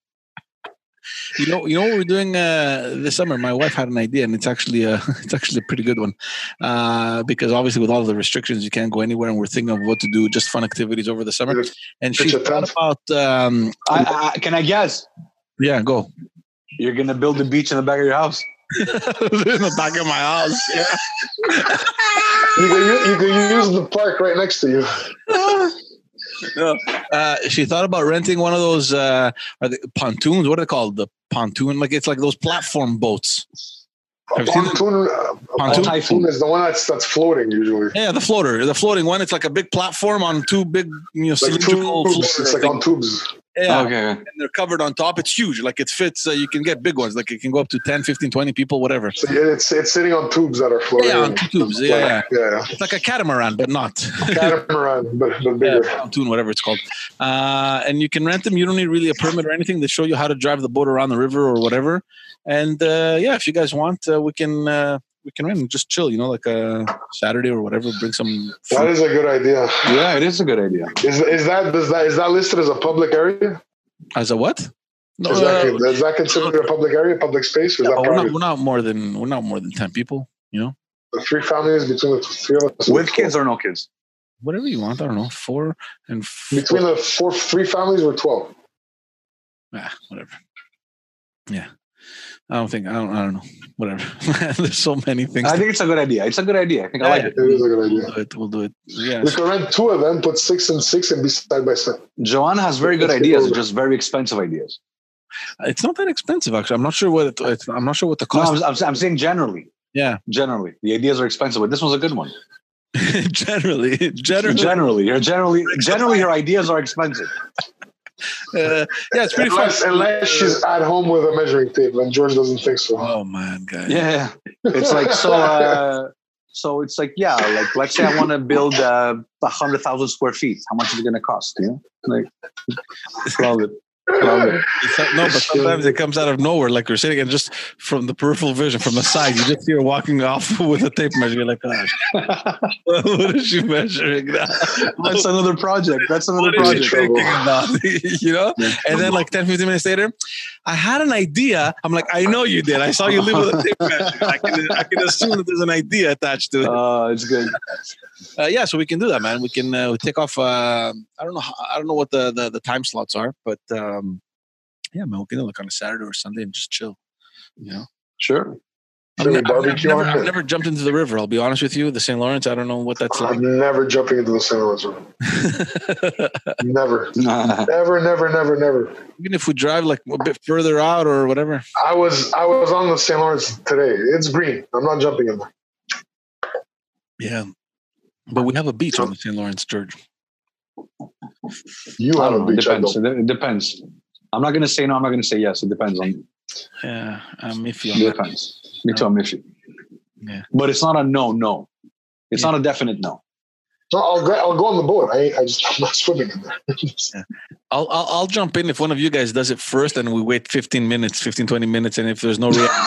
S5: You know, you know what we're doing uh, this summer. My wife had an idea, and it's actually a [laughs] it's actually a pretty good one, uh, because obviously with all the restrictions, you can't go anywhere, and we're thinking of what to do, just fun activities over the summer.
S3: Pitch-
S5: And
S3: pitch
S5: she
S3: a
S5: thought
S3: tent.
S5: about um,
S2: I, I, can I guess?
S5: yeah, go.
S2: You're going to build a beach in the back of your house.
S5: [laughs] in the back of my house. Yeah.
S3: You can, u- you can use the park right next to you.
S5: No. Uh, she thought about renting one of those uh, are they pontoons. What are they called? The pontoon, like it's like those platform boats. Have you seen them?
S3: Pontoon, uh,
S5: Pontoon?
S3: pontoon is the one that's that's floating usually.
S5: Yeah, the floater, the floating one. It's like a big platform on two big, you know,
S3: Like
S5: cylindrical
S3: tubes.
S5: floaters.
S3: It's like on Oh, tubes.
S5: yeah,
S2: Okay.
S5: and they're covered on top. It's huge. Like it fits. Uh, you can get big ones. Like it can go up to 10, 15, 20 people, whatever.
S3: So It's it's sitting on tubes that are floating.
S5: Yeah, on two tubes. Yeah, yeah.
S3: yeah.
S5: It's like a catamaran, but not.
S3: Catamaran, but, but
S5: Yeah,
S3: bigger.
S5: [laughs] pontoon, whatever it's called. Uh, and you can rent them. You don't need really a permit or anything. They show you how to drive the boat around the river or whatever. And uh, yeah, if you guys want, uh, we can uh, we can rent and just chill. You know, like a Saturday or whatever. Bring some.
S3: That
S5: Food.
S3: is a good idea.
S2: Yeah, it is a good idea.
S3: Is is that does that is that listed as a public area?
S5: As a what? No,
S3: is, that,
S5: Uh,
S3: is that considered a public area, public space? Or is
S5: Oh,
S3: that
S5: we're, not,
S3: private?
S5: we're not more than we're not more than ten people. You know,
S3: The three families between the three of us.
S2: With kids or no kids?
S5: whatever you want. I don't know, four and four,
S3: Between the four, three families, we're 12.
S5: ah, whatever. Yeah, I don't think I don't. I don't know. Whatever. [laughs] There's so many things.
S2: I
S5: to
S2: think it's a good idea. It's a good idea. I think I like it.
S3: It is a good idea.
S5: do it. We'll do it. Yeah.
S3: We could rent two of them, put six and six, and be side by side.
S2: Joanna has very good ideas, just very expensive ideas.
S5: It's not that expensive actually. I'm not sure what it, it's, I'm not sure what the
S2: No,
S5: cost.
S2: I'm, I'm, I'm saying generally,
S5: yeah,
S2: generally, the ideas are expensive, but this was a good one.
S5: [laughs] generally, generally,
S2: Generally, you're generally, generally, your ideas are expensive.
S5: uh, yeah, it's pretty fun.
S3: Unless, unless she's at home with a measuring tape, and George doesn't think so. [laughs]
S5: Oh man, guys.
S2: [laughs] Yeah, it's like so. Uh, so it's like yeah, like let's say I want to build uh, a hundred thousand square feet. How much is it going to cost? You know, like love it. Love it.
S5: It's not- no, but sometimes it comes out of nowhere, like you're sitting and just from the peripheral vision, from the side, [laughs] you just hear walking off [laughs] with a tape measure. You're like, gosh, [laughs] what is she measuring [laughs] now?
S2: That's another project. That's another
S5: What is she
S2: project.
S5: thinking about? [laughs] you know? And then like 10, 15 minutes later, I had an idea. I'm like, I know you did. I saw you leave with a tape measure. [laughs] I can, I can assume that there's an idea attached to it.
S2: Uh, it's good.
S5: Uh, yeah, so we can do that, man. We can uh, we take off. Uh, I don't know. how- I don't know what the, the, the time slots are, but um, yeah, man, we can do it, like on a Saturday or Sunday and just chill. You know.
S2: [laughs] Sure.
S5: I've,
S3: Should we
S5: ne- I've
S3: barbecue
S5: never,
S3: on
S5: I've
S3: it?
S5: never jumped into the river. I'll be honest with you, the St. Lawrence. I don't know what that's like.
S3: I'm never jumping into the cinema
S5: [laughs]
S3: room. Never.
S2: Nah.
S3: Never, never, never, never.
S5: Even if we drive like a bit further out or whatever.
S3: I was I was on the St. Lawrence today. It's green. I'm not jumping in there.
S5: Yeah, but we have a beach on the St. Lawrence, George.
S3: You
S2: I don't
S3: have a
S2: know. It
S3: beach. I
S2: Um, depends.
S3: don't.
S2: It it depends. I'm not going to say no. I'm not going to say yes. It depends on.
S5: Yeah, I'm iffy on
S2: It
S5: that.
S2: depends. Me too. I'm iffy.
S5: Yeah.
S2: But it's not a no. No. It's
S5: Yeah.
S2: not a definite no.
S3: No, I'll go, I'll go on the boat. I, I just [laughs] I'm not swimming in there.
S5: I'll, I'll I'll jump in if one of you guys does it first, and we wait 15 minutes, 15 20 minutes, and if there's no reaction,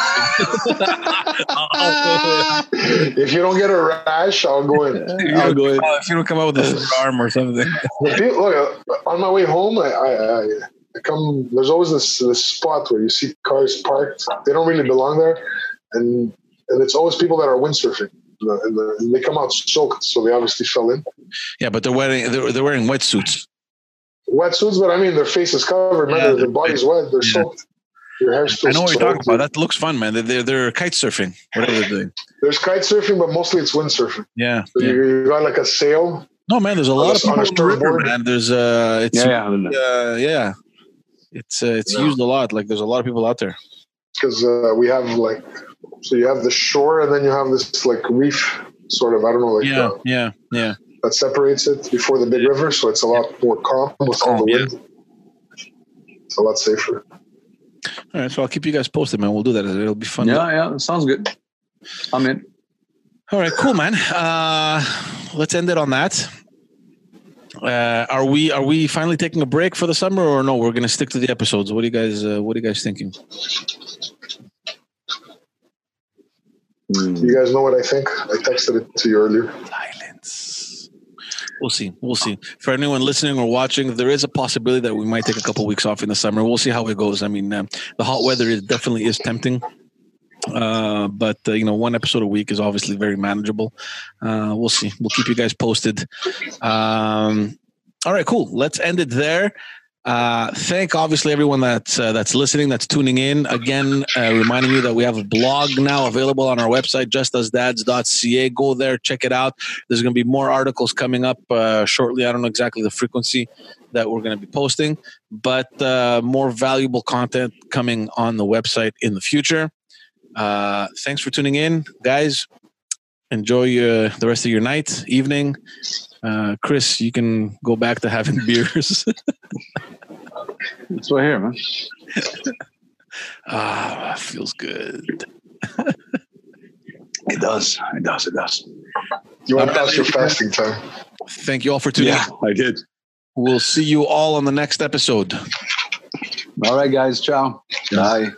S5: I'll- I'll go-
S3: [laughs] if you don't get a rash, I'll go in.
S2: I'll go ahead.
S5: Oh, if you don't come out [laughs] with a third arm or something.
S3: The pe- look, uh, on my way home, I, I, I I come. There's always this, this spot where you see cars parked. They don't really belong there, and and it's always people that are windsurfing. And the- and the- and they come out soaked, so they obviously fell in
S5: Yeah, but they're wearing they're, they're wearing wetsuits.
S3: wetsuits. But I mean, their face is covered.
S5: Yeah,
S3: Remember,
S5: their
S3: their body's wet. They're
S5: yeah.
S3: soaked. Your hair's still
S5: I know what you're talking
S3: soaked.
S5: about. That looks fun, man. They're they're, they're kite surfing, whatever they're doing.
S3: There's kite surfing, but mostly it's windsurfing.
S5: Yeah,
S3: So
S5: yeah.
S3: you, you got like a sail.
S5: No, man. There's a lot of
S3: On
S5: people
S3: a
S5: on Oh, the river,
S3: surfboard.
S5: man. There's uh, it's
S2: Yeah, yeah.
S5: yeah, uh, yeah. It's uh, it's
S3: Yeah.
S5: used a lot. Like there's a lot of people out there.
S3: because uh, we have like so you have the shore and then you have this like reef sort of I don't know like
S5: Yeah,
S3: uh,
S5: yeah, yeah.
S3: that separates it before the big river, so it's a lot more calm with all
S5: Calm,
S3: the
S5: yeah.
S3: wind. It's a lot safer.
S5: All right, so I'll keep you guys posted, man. We'll do that. It'll be fun.
S2: Yeah, yeah. it Sounds good. I'm in.
S5: All right, cool, man. Uh, let's end it on that. Uh, are we are we finally taking a break for the summer or no? We're gonna stick to the episodes. What do you guys uh, What are you guys thinking?
S2: Hmm.
S3: You guys know what I think? I texted it to you earlier.
S5: Silence. We'll see. We'll see. For anyone listening or watching, there is a possibility that we might take a couple weeks off in the summer. We'll see how it goes. I mean, um, the hot weather is definitely is tempting, uh, but uh, you know, one episode a week is obviously very manageable. Uh, we'll see. We'll keep you guys posted. Um, all right, cool. Let's end it there. Uh, thank obviously everyone that's uh, that's listening, that's tuning in. Again, uh, reminding you that we have a blog now available on our website, justasdads.ca. Go there, check it out. There's going to be more articles coming up uh, shortly. I don't know exactly the frequency that we're going to be posting, but uh, more valuable content coming on the website in the future. Uh, thanks for tuning in, guys. Enjoy your, the rest of your night, evening. Uh, Chris, you can go back to having [laughs] beers.
S2: It's right here, man.
S5: ah, feels good.
S2: It does. It does. It does.
S3: You went
S5: All right.
S3: past your fasting time.
S5: Thank you all for tuning
S2: Yeah,
S5: in.
S2: I did.
S5: We'll see you all on the next episode.
S2: All right, guys. Ciao. Bye.